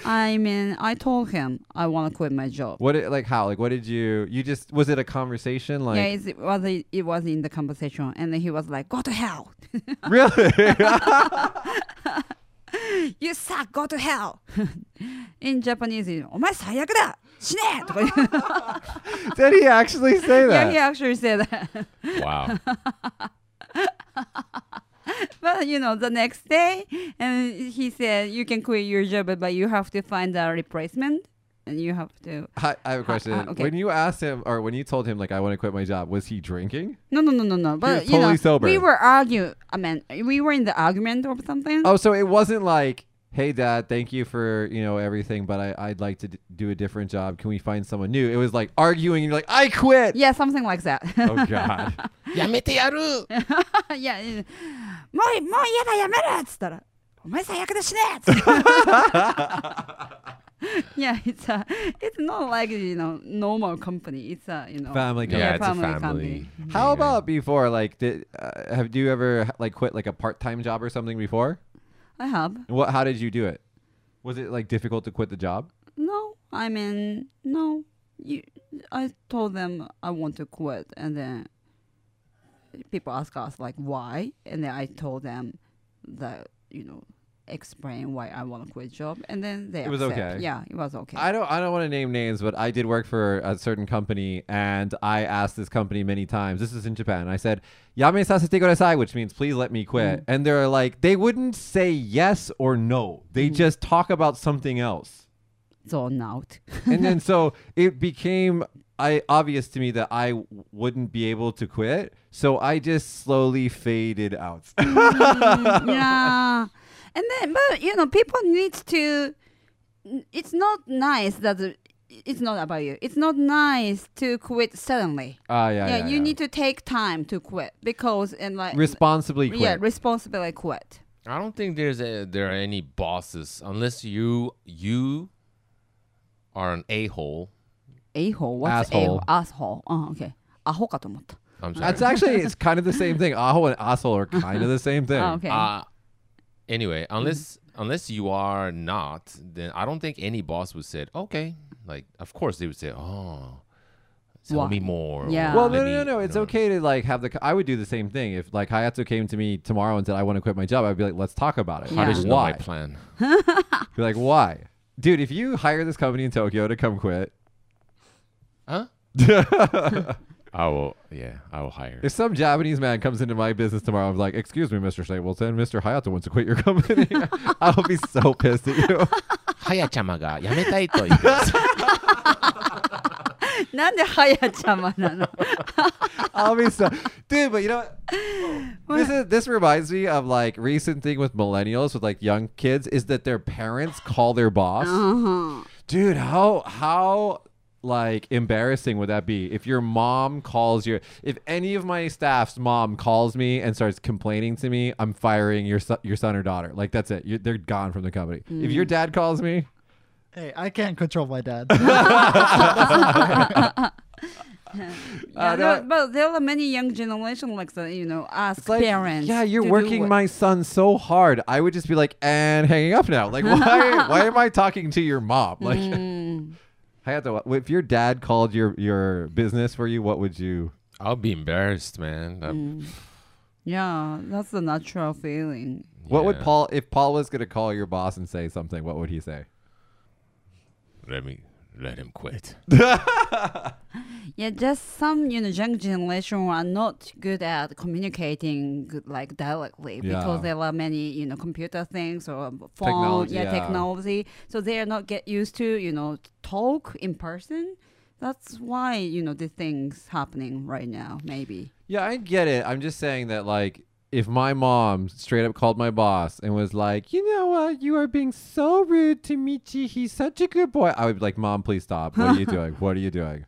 I mean, I told him I want to quit my job. What it, like how? Like what did you you just was it a conversation like yeah, it's, it was it was in the conversation, and then he was like, "Go to hell, Really? you suck, go to hell." in Japanese, it's, お前最悪だ、死ねとか言う did he actually say that? yeah, he actually said that. Wow. But you know, the next day, and he said, "You can quit your job, but you have to find a replacement, and you have to." Hi, I have a question. uh, okay. When you asked him, or when you told him, like, I want to quit my job, was he drinking? No, no, no, no, no. But you totally know, sober. we were arguing. I mean, we were in the argument or something. Oh, so it wasn't like, hey, dad, thank you for, you know, everything, but I, I'd like to d- do a different job. Can we find someone new? It was like arguing, and you're like, I quit. Yeah, something like that. Oh, God. Yamete いや、いやもう、もう嫌だ、やめるっつったら、お前最悪 だしねっつって Yeah, it's a, it's not like you know normal company. It's a you know Family company. Yeah, yeah, it's a family family. company. Mm-hmm. How about before? Like, did uh, have you ever like quit like a part-time job or something before? I have And What? How did you do it? Was it like difficult to quit the job? no. I mean no. You, I told them I want to quit, and then people ask us like why, and then I told them that you know explain why I want to quit job, and then they It was accept. okay. Yeah, it was okay. I don't I don't want to name names, but I did work for a certain company and I asked this company many times. This is in Japan. I said, "Yame sasete kudasai," which means please let me Mm. quit. And they're like they wouldn't say yes or no. Mm. They just talk about something else. Zone out. and then so it became I obvious to me that I w- wouldn't be able to quit. So I just slowly faded out. Mm, yeah. And then, but you know, people need to. It's not nice that uh, it's not about you. It's not nice to quit suddenly. Ah, yeah, yeah, you need to take time to quit because and like responsibly quit. yeah, responsibly quit. I don't think there's a, there are any bosses unless you you are an a hole. A hole. What's a Asshole. hole? Asshole. Oh, okay. アホかと思った。 I'm sorry. That's actually it's kind of the same thing. Aho and asshole are kind of the same thing. Oh, okay. Mm-hmm. Uh, anyway, unless unless you are not, then I don't think any boss would say, okay. Like, of course they would say, oh, tell Why? me more. or Yeah. Well, no, no, let no, me," no. you It's know. okay to like have the. I would do the same thing if like Hayato came to me tomorrow and said I want to quit my job. I'd be like, let's talk about it. How did Yeah. you know why? my plan? Be like, why, dude? If you hire this company in Tokyo to come quit, Huh? I will. Yeah, I will hire. if some Japanese man comes into my business tomorrow, I'm like, excuse me, Mr. Stapleton, Mr. Hayato wants to quit your company. I'll be so pissed at you. Hayachama ga yametai to imasu. なんでハヤちゃま なの I'll be so dude, but you know what? This is this reminds me of like recent thing with millennials with like young kids is that their parents call their boss. Dude, how how like embarrassing would that be if your mom calls your if any of my staff's mom calls me and starts complaining to me, I'm firing your son, your son or daughter. Like that's it. You're, they're gone from the company. If your dad calls me, Hey, I can't control my dad. Yeah, Uh, there, that- but there are many young generation like that, you know, ask It's like, parents. Yeah, you're to do working what- my son so hard. I would just be like, and hanging up now. Like, why? why am I talking to your mom? Like, Mm. Hayato, what- if your dad called your your business for you, what would you? I'll be embarrassed, man. Uh, Mm. Yeah, that's the natural feeling. What would Yeah. Paul if Paul was gonna call your boss and say something? What would he say? Let me let him quit. Yeah, just some you know young generation are not good at communicating like directly Yeah. because there are many you know computer things or phone, Technology, yeah, yeah. technology. So they are not get used to you know talk in person. That's why you know the things happening right now. Maybe Yeah, I get it. I'm just saying that like. If my mom straight up called my boss and was like, "You know what? You are being so rude to Michi. He's such a good boy," I would be like, "Mom, please stop. What are you doing? What are you doing?"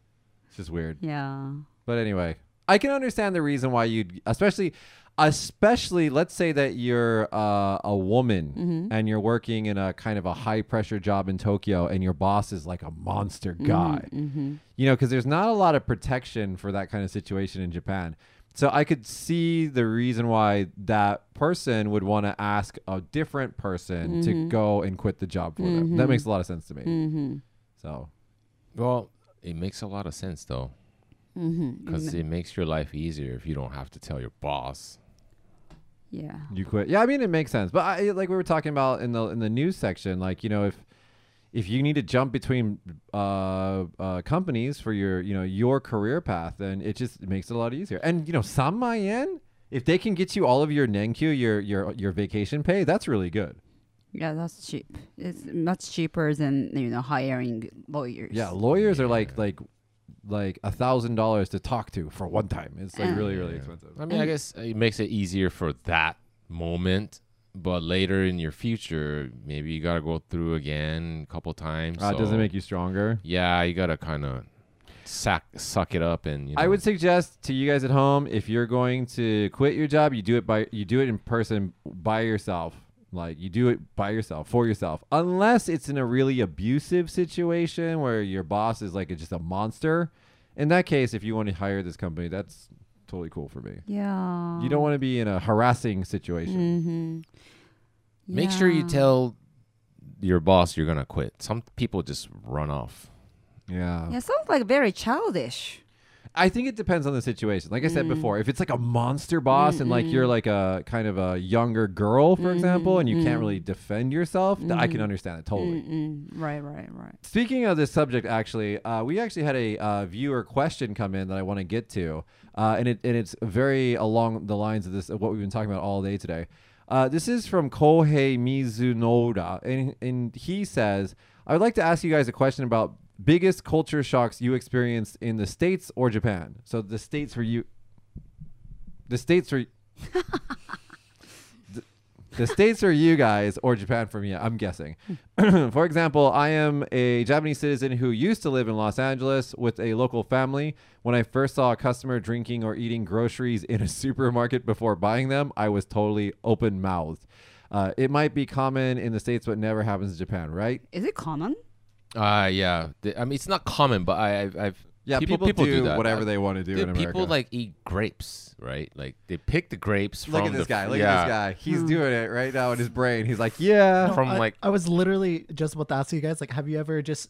It's just weird. yeah. But anyway, I can understand the reason why you'd, especially, especially let's say that you're uh, a woman and you're working in a kind of a high pressure job in Tokyo and your boss is like a monster Mm, guy. mm-hmm. You know, because there's not a lot of protection for that kind of situation in Japan. So I could see the reason why that person would want to ask a different person to go and quit the job for them. That makes a lot of sense to me. So Well, it makes a lot of sense though, Mm-hmm. Mm, because it makes your life easier if you don't have to tell your boss. Yeah. You quit. Yeah, I mean it makes sense. But I, like we were talking about in the in the news section, like you know if if you need to jump between uh, uh, companies for your you know your career path, then it just makes it a lot easier. And you know Samayen, if they can get you all of your Nenkyu, your your your vacation pay, that's really good. Yeah, that's cheap. It's much cheaper than you know hiring lawyers. Yeah, lawyers are like like like a thousand dollars to talk to for one time. It's like really really expensive. I mean, I guess it makes it easier for that moment, but later in your future, maybe you gotta go through again a couple times. Uh, so- doesn't make you stronger. Yeah, you gotta kind of sack suck it up and. You know, I would suggest to you guys at home if you're going to quit your job, you do it by you do it in person by yourself. Like you do it by yourself for yourself, unless it's in a really abusive situation where your boss is like a, just a monster. In that case, if you want to hire this company, that's totally cool for me. Yeah. Mm-hmm. You don't want to be in a harassing Mm. situation. make sure you Yeah. tell your boss you're gonna quit. Some people just run off. Yeah. Yeah, sounds like very childish. I think it depends on the situation. Like I said before, if it's like a monster boss and like you're like a kind of a younger girl, for example, and you can't really defend yourself, th- I can understand it totally. Mm, right, right, right. Speaking of this subject, actually, uh, we actually had a uh, viewer question come in that I want to get to, uh, and it and it's very along the lines of this of what we've been talking about all day today. Uh, this is from Kohei Mizunoda, and and he says, "I would like to ask you guys a question about biggest culture shocks you experienced in the states or Japan. So the states where you, the states where." the states are you guys or Japan for me, I'm guessing. for example, I am a Japanese citizen who used to live in Los Angeles with a local family. When I first saw a customer drinking or eating groceries in a supermarket before buying them, I was totally open mouthed. Uh, it might be common in the States, but never happens in Japan, right? Is it common? Uh yeah. Th- I mean, it's not common, but I, I've, I've Ah, Yeah, people do whatever they wanna do Dude, in People America. like eat grapes, right? Like they pick the grapes. Look at from this the- guy. Look yeah, at this guy. He's doing it right now in his brain. He's like, yeah. From I, like I was literally just about to ask you guys, like, have you ever just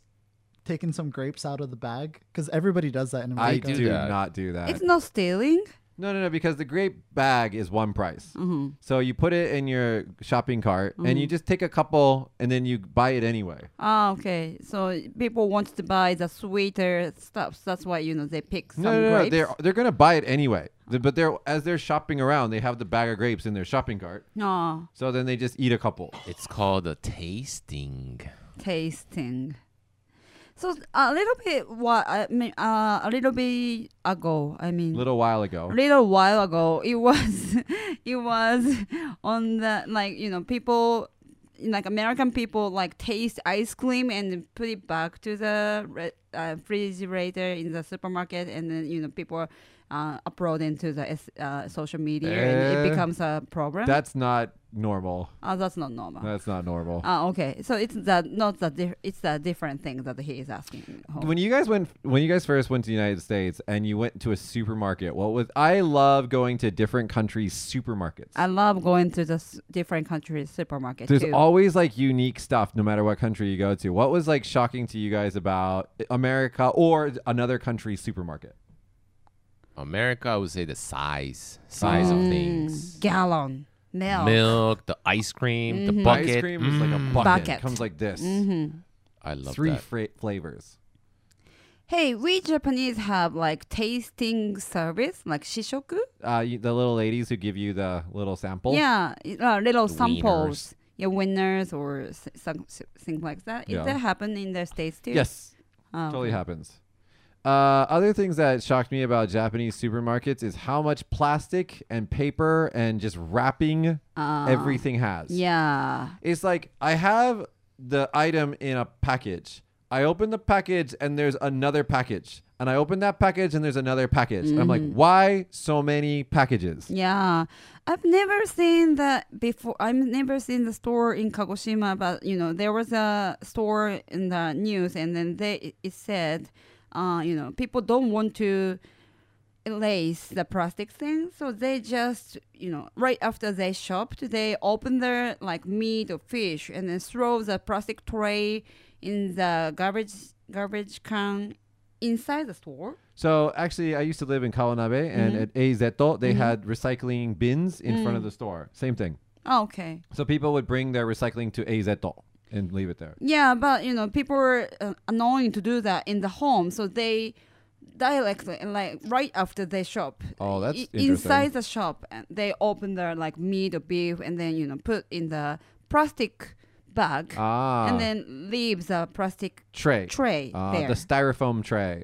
taken some grapes out of the bag? Because everybody does that in I America. do, do that. not do that. It's not stealing. No, no, no, because the grape bag is one price. Mhm. So you put it in your shopping cart and Mm-hmm. you just take a couple and then you buy it anyway. Ah, okay. So people want to buy the sweeter stuff. That's why you know they pick some No, no, no, no, grapes. they're they're gonna buy it anyway. The- But they're as they're shopping around, they have the bag of grapes in their shopping cart. no So then they just eat a couple. it's called a tasting. tasting. So a little bit what I mean, uh, a little bit ago. I mean, A little while ago, little while ago it was it was on the like you know people like american people like taste ice cream and put it back to the re- uh, refrigerator in the supermarket and then you know people uh, upload into the S- uh, social media and Eh, it becomes a problem that's not normal. uh, that's not normal That's not normal. uh, okay so it's that not that di- it's a different thing that he is asking Oh. When you guys went, when you guys first went to the United States and you went to a supermarket, what was? I love going to different countries' supermarkets. i love going to the s- different countries supermarket There's too. always like unique stuff no matter what country you go to. What was like shocking to you guys about America or another country's supermarket? America, I would say the size, size Mm. of things. gallon milk Milk, the ice cream, Mm-hmm. the bucket. Mm. Ice cream is like a bucket. Bucket. Mm-hmm. It comes like this. I love Three that. fra- flavors. Hey, we Japanese have like tasting service, like shishoku. Uh, you, the little ladies who give you the little sample. Yeah, i- uh, little samples. Wieners. Yeah, winners or s- some s- things like that. Is Yeah. that happen in the states too? Yes. Oh, Totally happens. Uh, other things that shocked me about Japanese supermarkets is how much plastic and paper and just wrapping Uh, everything has. Yeah. It's like I have the item in a package. I open the package and there's another package. And I open that package and there's another package. And I'm like, why so many packages? Mm. Yeah, I've never seen that before. I've never seen the store in Kagoshima, but you know there was a store in the news, and then they it said, uh, you know, people don't want to erase the plastic thing, so they just you know right after they shopped, they open their like meat or fish, and then throw the plastic tray in the garbage garbage can inside the store. So actually, I used to live in Kawanabe and Mm-hmm. at Eizeto, they had recycling bins in Mm. front of the store. Same thing. Oh, okay. So people would bring their recycling to Eizeto and leave it there. Yeah, but you know, people were uh, annoying to do that in the home, so they directly and like right after they shop. Oh, that's interesting. inside the shop, and they open their like meat or beef, and then you know put in the plastic bag, Ah. and then leave the plastic tray. tray Ah, there. Mm. The styrofoam tray.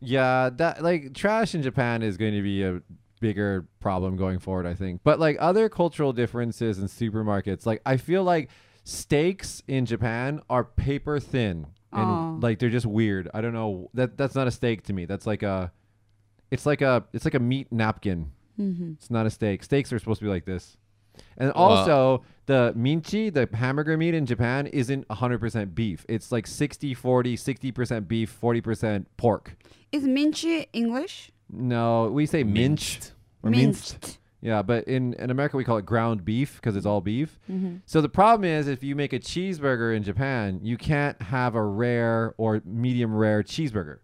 Yeah, that like trash in Japan is going to be a bigger problem going forward, I think. But like other cultural differences in supermarkets, like I feel like steaks in Japan are paper thin and Oh. like they're just weird. I don't know. That that's not a steak to me. That's like a it's like a it's like a meat napkin. It's not a steak. Steaks are supposed to be like this. And also, the minchi, the hamburger meat in Japan, isn't 100% beef. It's like 60 40, 60% beef, 40% pork. Is minchi English? No, we say minched. Or Minced. Yeah, but in, in America, we call it ground beef because it's all beef. So the problem is, if you make a cheeseburger in Japan, you can't have a rare or medium rare cheeseburger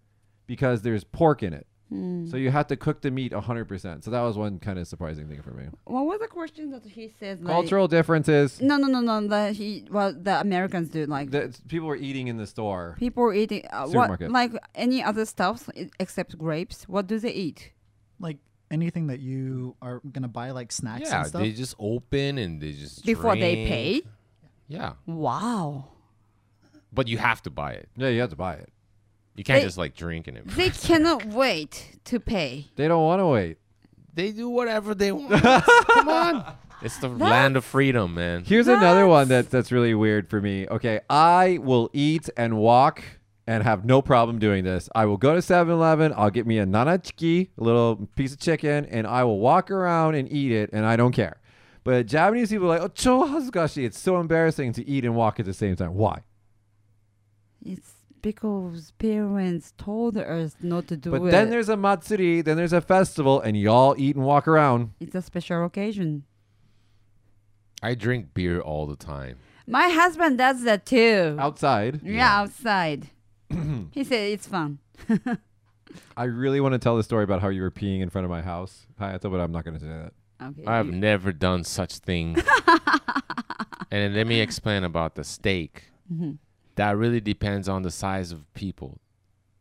because there's pork in it. So you have to cook the meat 100%. So that was one kind of surprising thing for me. What was the question that he said? Like, Cultural differences. No, no, no, no. That he well, the Americans do like that people were eating in the store. people eating uh, what Supermarket. like any other stuffs e- except grapes. What do they eat? Like anything that you are gonna buy, like snacks Yeah, and stuff. they just open and they just before they drink. pay. Yeah, Wow. but you have to buy it. Yeah, you have to buy it. You can't They- just like drink in it. They cannot wait to pay. They don't want to wait. They do whatever they want. Come on, it's the land of freedom, man. Here's another one that that's really weird for me. Okay, I will eat and walk and have no problem doing this. I will go to 7-Eleven, I'll get me a nanachiki, a little piece of chicken, and I will walk around and eat it and I don't care. But Japanese people are like, "Oh, cho hazukashi." It's so embarrassing to eat and walk at the same time. Why? It's because parents told us not to do But it. then there's a matsuri, then there's a festival and y'all eat and walk around. it's a special occasion. I drink beer all the time. My husband does that too. Outside, yeah, outside. he said it's fun. I really want to tell the story about how you were peeing in front of my house, Hayato, but I'm not going to say that. Okay. I've you- never done such thing. and let me explain about the steak. Mm-hmm. That really depends on the size of people.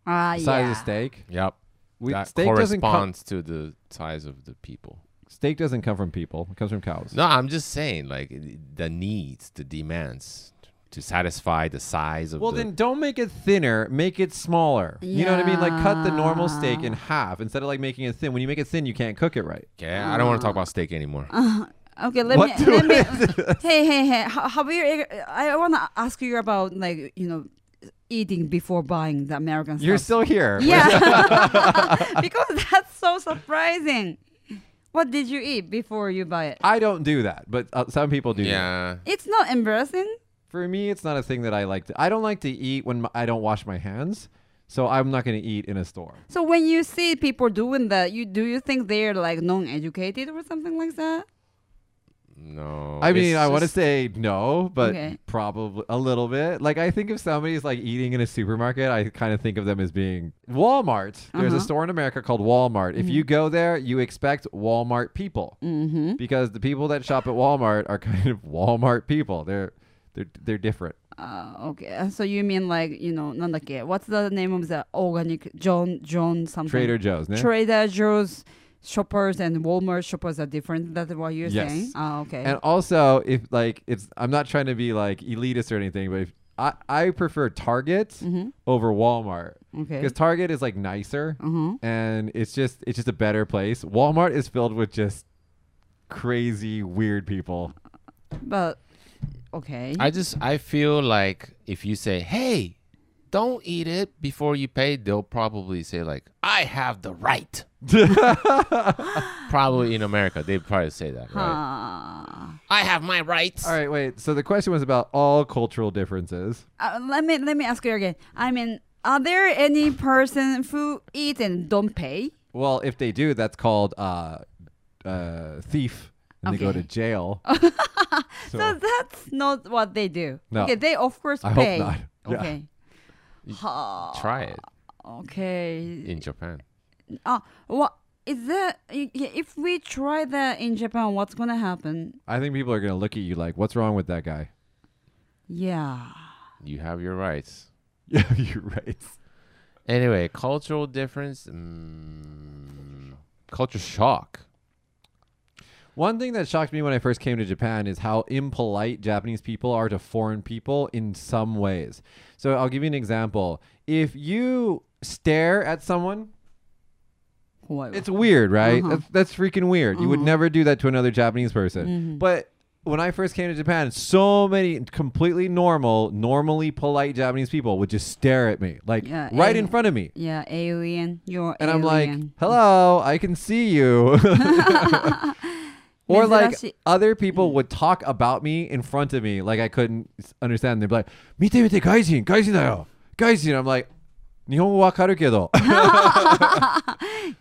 Ah, The size yeah. of steak. Yep. We, that steak doesn't come. corresponds to the size of the people. Steak doesn't come from people. It comes from cows. No, I'm just saying, like it- the needs, the demands to satisfy the size of. Well, the, then don't make it thinner. Make it smaller. You know what I mean? Like cut the normal steak in Yeah. half instead of like making it thin. When you make it thin, you can't cook it right. okay, I don't want to talk about steak anymore. Okay, let What me. do Let me hey, hey, hey. How, have you? I want to ask you about like you know, eating before buying the American You're stuff. still here. Yeah. because that's so surprising. What did you eat before you buy it? I don't do that, but uh, some people do. that. yeah. It's not embarrassing. For me, it's not a thing that I like. To, I don't like to eat when my, I don't wash my hands, so I'm not going to eat in a store. So when you see people doing that, you do you think they're like non-educated or something like that? No. I mean, it's I want to just- say no, but Okay. probably a little bit. Like, I think if somebody's like eating in a supermarket, I kind of think of them as being Walmart. There's a store in America called Walmart. If you go there, you expect Walmart people Mm-hmm. because the people that shop at Walmart are kind of Walmart people. They're they're they're different. Uh, okay. Uh, So you mean like you know, なんだっけ What's the name of the organic John John something? Trader Joe's, eh? ne? Trader Joe's shoppers and Walmart shoppers are different. That's what you're Yes. saying. Ah, okay. And also, if like it's, I'm not trying to be like elitist or anything, but if I I prefer Target over Walmart. Okay. Because Target is like nicer, and it's just it's just a better place. Walmart is filled with just crazy weird people. but okay. I just I feel like if you say, "Hey, don't eat it before you pay, they'll probably say like, "I have the right." probably in America, they probably say that. Right? Huh. I have my rights. All right, wait. So the question was about all cultural differences. Uh, let me let me ask you again. I mean, are there any person who eat and don't pay? Well, if they do, that's called uh, uh, thief, and they go Okay. to jail. so, So that's not what they do. No. Okay, they of course I hope pay. not. Yeah. Okay. Ha. Try it Okay. in Japan. Ah, what is that? y- yeah, If we try that in Japan, what's gonna happen? I think people are gonna look at you like, "What's wrong with that guy?" Yeah. You have your rights. Yeah, you're right. Anyway, cultural difference, mm, culture shock. One thing that shocked me when I first came to Japan is how impolite Japanese people are to foreign people in some ways. So I'll give you an example. If you stare at someone, What? it's weird, right? That's, that's freaking weird. You would never do that to another Japanese person. But when I first came to Japan, so many completely normal, normally polite Japanese people would just stare at me, like Yeah, right eh. in front of me. yeah, alien. You're And I'm like, alien. hello, I can see you. or like Mizurashi- other people would talk about me in front of me, like I couldn't s- understand. They'd be like, "Mite mite gaijin, gaijin da yo, gaijin." I'm like, "Nihongo wakaru kedo."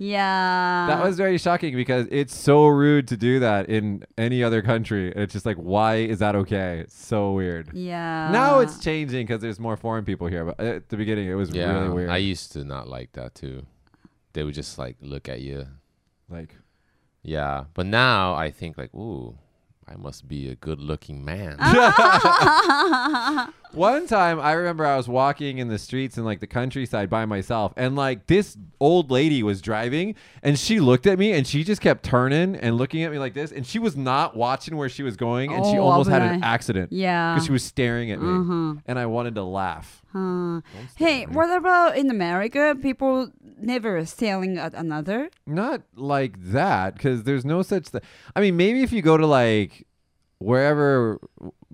yeah. that was very shocking because it's so rude to do that in any other country. It's just like, why is that okay? It's so weird. Yeah. now it's changing because there's more foreign people here, but uh, at the beginning it was really weird. I used to not like that too. They would just like look at you. like, Yeah, but now I think like, ooh, I must be a good-looking man. Oh. One time, I remember I was walking in the streets in like the countryside by myself, and like this old lady was driving, and she looked at me, and she just kept turning and looking at me like this, and she was not watching where she was going, and she Oh, almost had abunai. an accident. Yeah. Mm-hmm. Uh-huh. because she was staring at me, and I wanted to laugh. Huh. Hey, what about in America? People never staring at another. Not like that, because there's no such thing. I mean, maybe if you go to like wherever,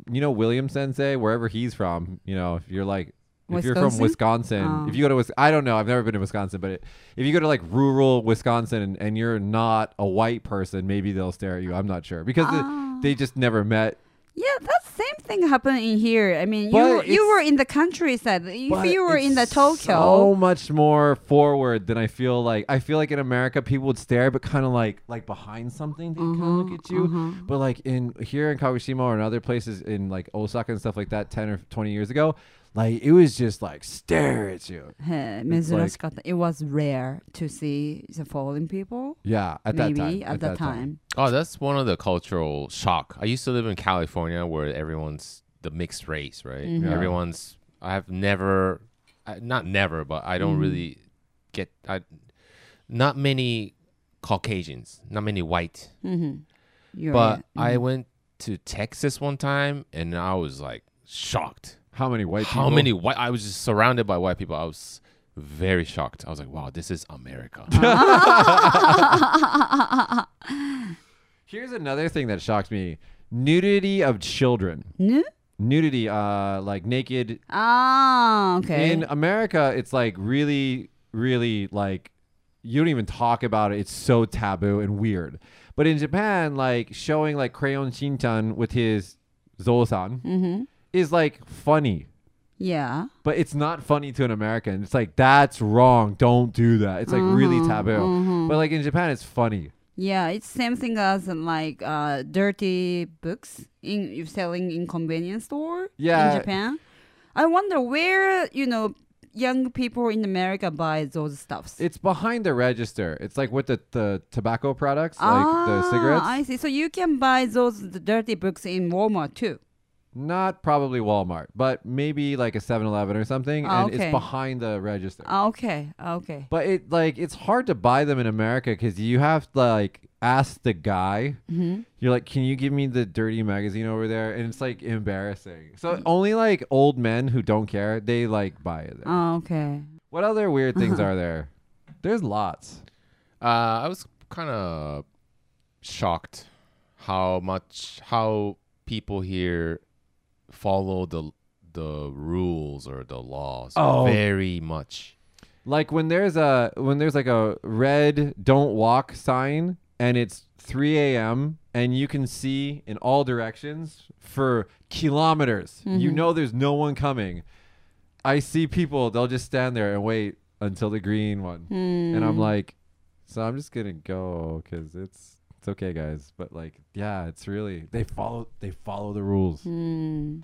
you know, William Sensei, wherever he's from, you know, if you're like, if you're from Wisconsin, Oh. if you go to, Wis- I don't know, I've never been to Wisconsin, but it, if you go to like rural Wisconsin and, and you're not a white person, maybe they'll stare at you. I'm not sure because the- Oh. they just never met. Yeah, that same thing happened in here. I mean, But you you it's- were in the countryside. If But you were in the it's Tokyo, so much more forward than I feel like. I feel like in America, people would stare, but kind of like like behind something, they Uh-huh, kind Mm-hmm. of look at you. But like in here in Kagoshima or in other places in like Osaka and stuff like that, ten or twenty years ago, like it was just like stare at you. eh, It's like- 珍しかった. it was rare to see the fallen people. Yeah, at maybe that time. at, that, time. oh, that's one of the cultural shock. I used to live in California where everyone's the mixed race, right? Yeah. Everyone's. I have never, I, not never, but I don't really get. I, not many Caucasians, not many white Mm-hmm. You're but right. I went to Texas one time and I was like shocked. How many white people? How many white? I was just surrounded by white people. I was very shocked. I was like, wow, this is America. Uh-huh. Here's another thing that shocked me: nudity of children. No? Nudity, uh, like naked Ah, okay. In America, it's like really, really like you don't even talk about it. It's so taboo and weird. But in Japan, like showing like Crayon Shinchan with his Zosan Mm-hmm. is like funny. yeah. But it's not funny to an American. It's like that's wrong. Don't do that. It's like Mm-hmm, really taboo. But like in Japan, it's funny. Yeah, it's same thing as um, like uh, dirty books in you selling in convenience store Yeah. in Japan. I wonder where you know young people in America buy those stuffs. It's behind the register. It's like with the, the tobacco products, like the cigarettes. Ah, I see. So you can buy those d- dirty books in Walmart too. Not probably Walmart, but maybe like a 7-Eleven or something, Oh, and okay. it's behind the register. Ah, okay, okay. But it like it's hard to buy them in America because you have to like ask the guy. Mm-hmm. You're like, can you give me the dirty magazine over there? And it's like embarrassing. So only like old men who don't care they like buy it. there. Ah, okay. what other weird things are there? There's lots. uh, I was kind of shocked how much how people here follow the the rules or the laws Oh. very much. Like when there's a when there's like a red don't walk sign and it's 3 a.m. and you can see in all directions for kilometers. You know there's no one coming. I see people. They'll just stand there and wait until the green one, Hmm. and Mm. I'm like, so I'm just gonna go because it's it's okay, guys. But like, yeah, it's really they follow they follow the rules. Mm.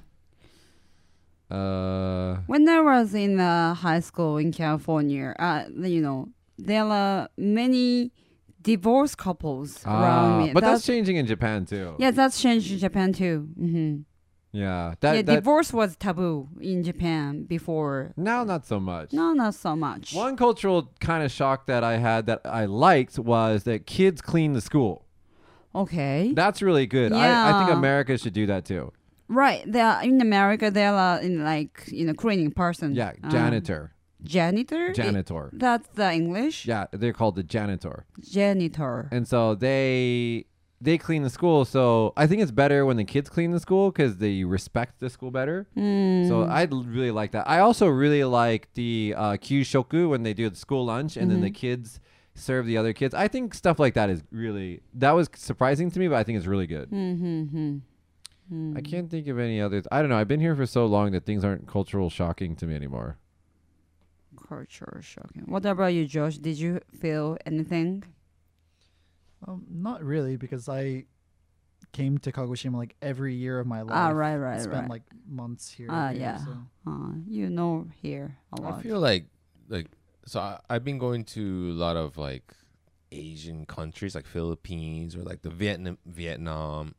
Uh, When I was in uh, high school in California, uh, you know, there are many divorced couples ah, around me. but that's, changing in Japan too. yeah, that's changed in Japan too. hmm yeah. That, yeah, that divorce was taboo in Japan before. Now, not so much. No, not so much. One cultural kind of shock that I had that I liked was that kids clean the school. Okay. That's really good. I, I think Yeah. America should do that too. right. There are- in America, there are uh, in like you know cleaning person. Yeah, Um, janitor. janitor. janitor. That's the English. yeah, they're called the janitor. Janitor. And so they they clean the school. So I think it's better when the kids clean the school because they respect the school better. Hmm. So Mm-hmm. I really like that. I also really like the uh, kyushoku when they do the school lunch and then the kids serve the other kids. I think stuff like that is really that was surprising to me, but I think it's really good. Mm-hmm. I can't think of any others. I don't know. I've been here for so long that things aren't cultural shocking to me anymore. Culture shocking. What about you, Josh? Did you feel anything? Um, not really, because I came to Kagoshima like every year of my life. Ah, right, right, Spent right. like months here. Ah, here, yeah. So. Uh, you know here a lot. I feel like like so I, I've been going to a lot of like Asian countries like Philippines or like the Vietnam Vietnam.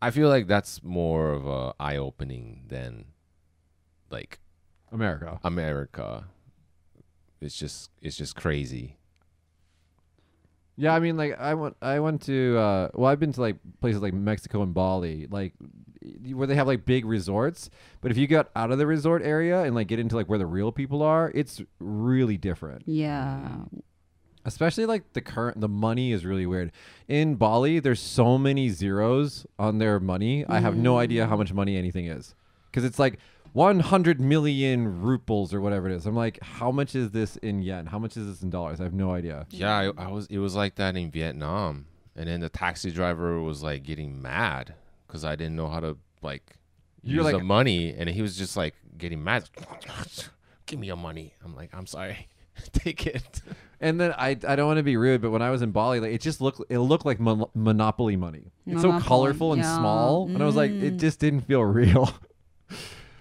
I feel like that's more of a eye opening than like America. America. It's just it's just crazy. Yeah, I mean, like I went, I went to. Uh, well, I've been to like places like Mexico and Bali, like y- where they have like big resorts. But if you get out of the resort area and like get into like where the real people are, it's really different. yeah. Especially like the current, the money is really weird. In Bali, there's so many zeros on their money. I have no idea how much money anything is, because it's like 100 million ruples or whatever it is. I'm like, how much is this in yen? How much is this in dollars? I have no idea. Yeah, I, I was. It was like that in Vietnam, and then the taxi driver was like getting mad because I didn't know how to like You're use the like- money, and he was just like getting mad. Give me your money. I'm like, I'm sorry, take it. And then I, I don't want to be rude, but when I was in Bali, like it just looked it looked like mon- Monopoly money. It's so Monopoly, colorful and yeah. Mm. small, and I was like, it just didn't feel real.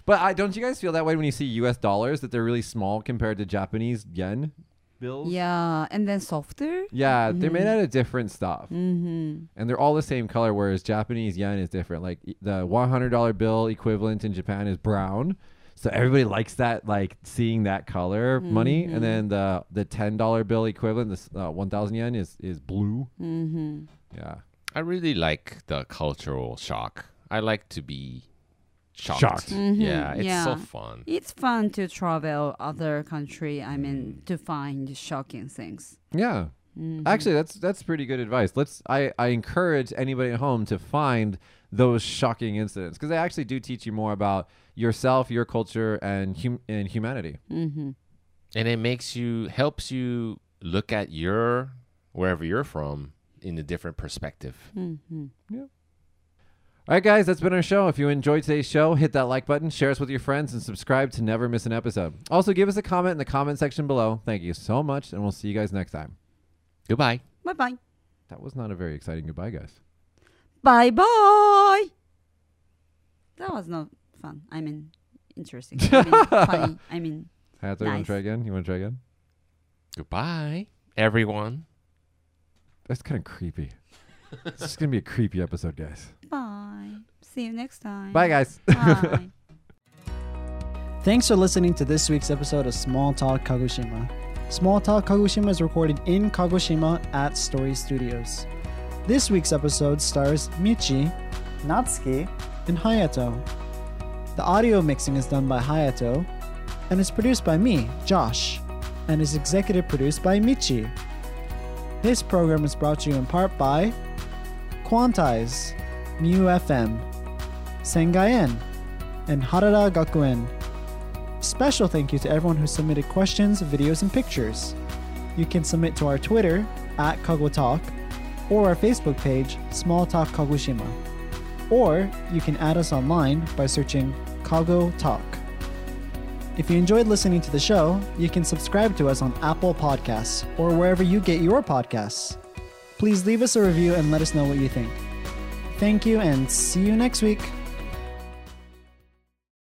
but I don't you guys feel that way when you see U.S. dollars that they're really small compared to Japanese yen bills? Yeah. And then softer. Yeah, they're made out of different stuff, Mm-hmm. and they're all the same color. Whereas Japanese yen is different. Like e- the one hundred dollar bill equivalent in Japan is brown, so everybody likes that, like seeing that color money. And then the the ten dollar bill equivalent, this uh, one thousand yen is is blue. Mm-hmm. Yeah, I really like the cultural shock. I like to be shocked. Shocked. Yeah, it's so yeah. fun. It's fun to travel other country. I mean, to find shocking things. yeah. Actually, that's that's pretty good advice. Let's. I I encourage anybody at home to find those shocking incidents because they actually do teach you more about yourself, your culture, and hum- and humanity. Mm-hmm. and it makes you helps you look at your wherever you're from in a different perspective. Mm-hmm. All right, guys, that's been our show. If you enjoyed today's show, hit that like button, share us with your friends, and subscribe to never miss an episode. Also, give us a comment in the comment section below. Thank you so much, and we'll see you guys next time. Goodbye. Bye bye. That was not a very exciting goodbye, guys. Bye bye. That was not fun. I mean, interesting. I mean, funny. I mean, Hathor, you want Nice. to try again? You want to try again? Goodbye, everyone. That's kind of creepy. this is going to be a creepy episode, guys. bye. See you next time. Bye, guys. Bye. Thanks for listening to this week's episode of Small Talk Kagoshima. Small Talk Kagoshima is recorded in Kagoshima at Story Studios. This week's episode stars Michi, Natsuki, and Hayato. The audio mixing is done by Hayato and is produced by me, Josh, and is executive produced by Michi. This program is brought to you in part by Quantize, Mu FM, Sengayen, and Harada Gakuen. Special thank you to everyone who submitted questions, videos, and pictures. You can submit to our Twitter at Kagotalk or our Facebook page, Small Talk Kagoshima. Or you can add us online by searching Kago Talk. If you enjoyed listening to the show, you can subscribe to us on Apple Podcasts or wherever you get your podcasts. Please leave us a review and let us know what you think. Thank you and see you next week.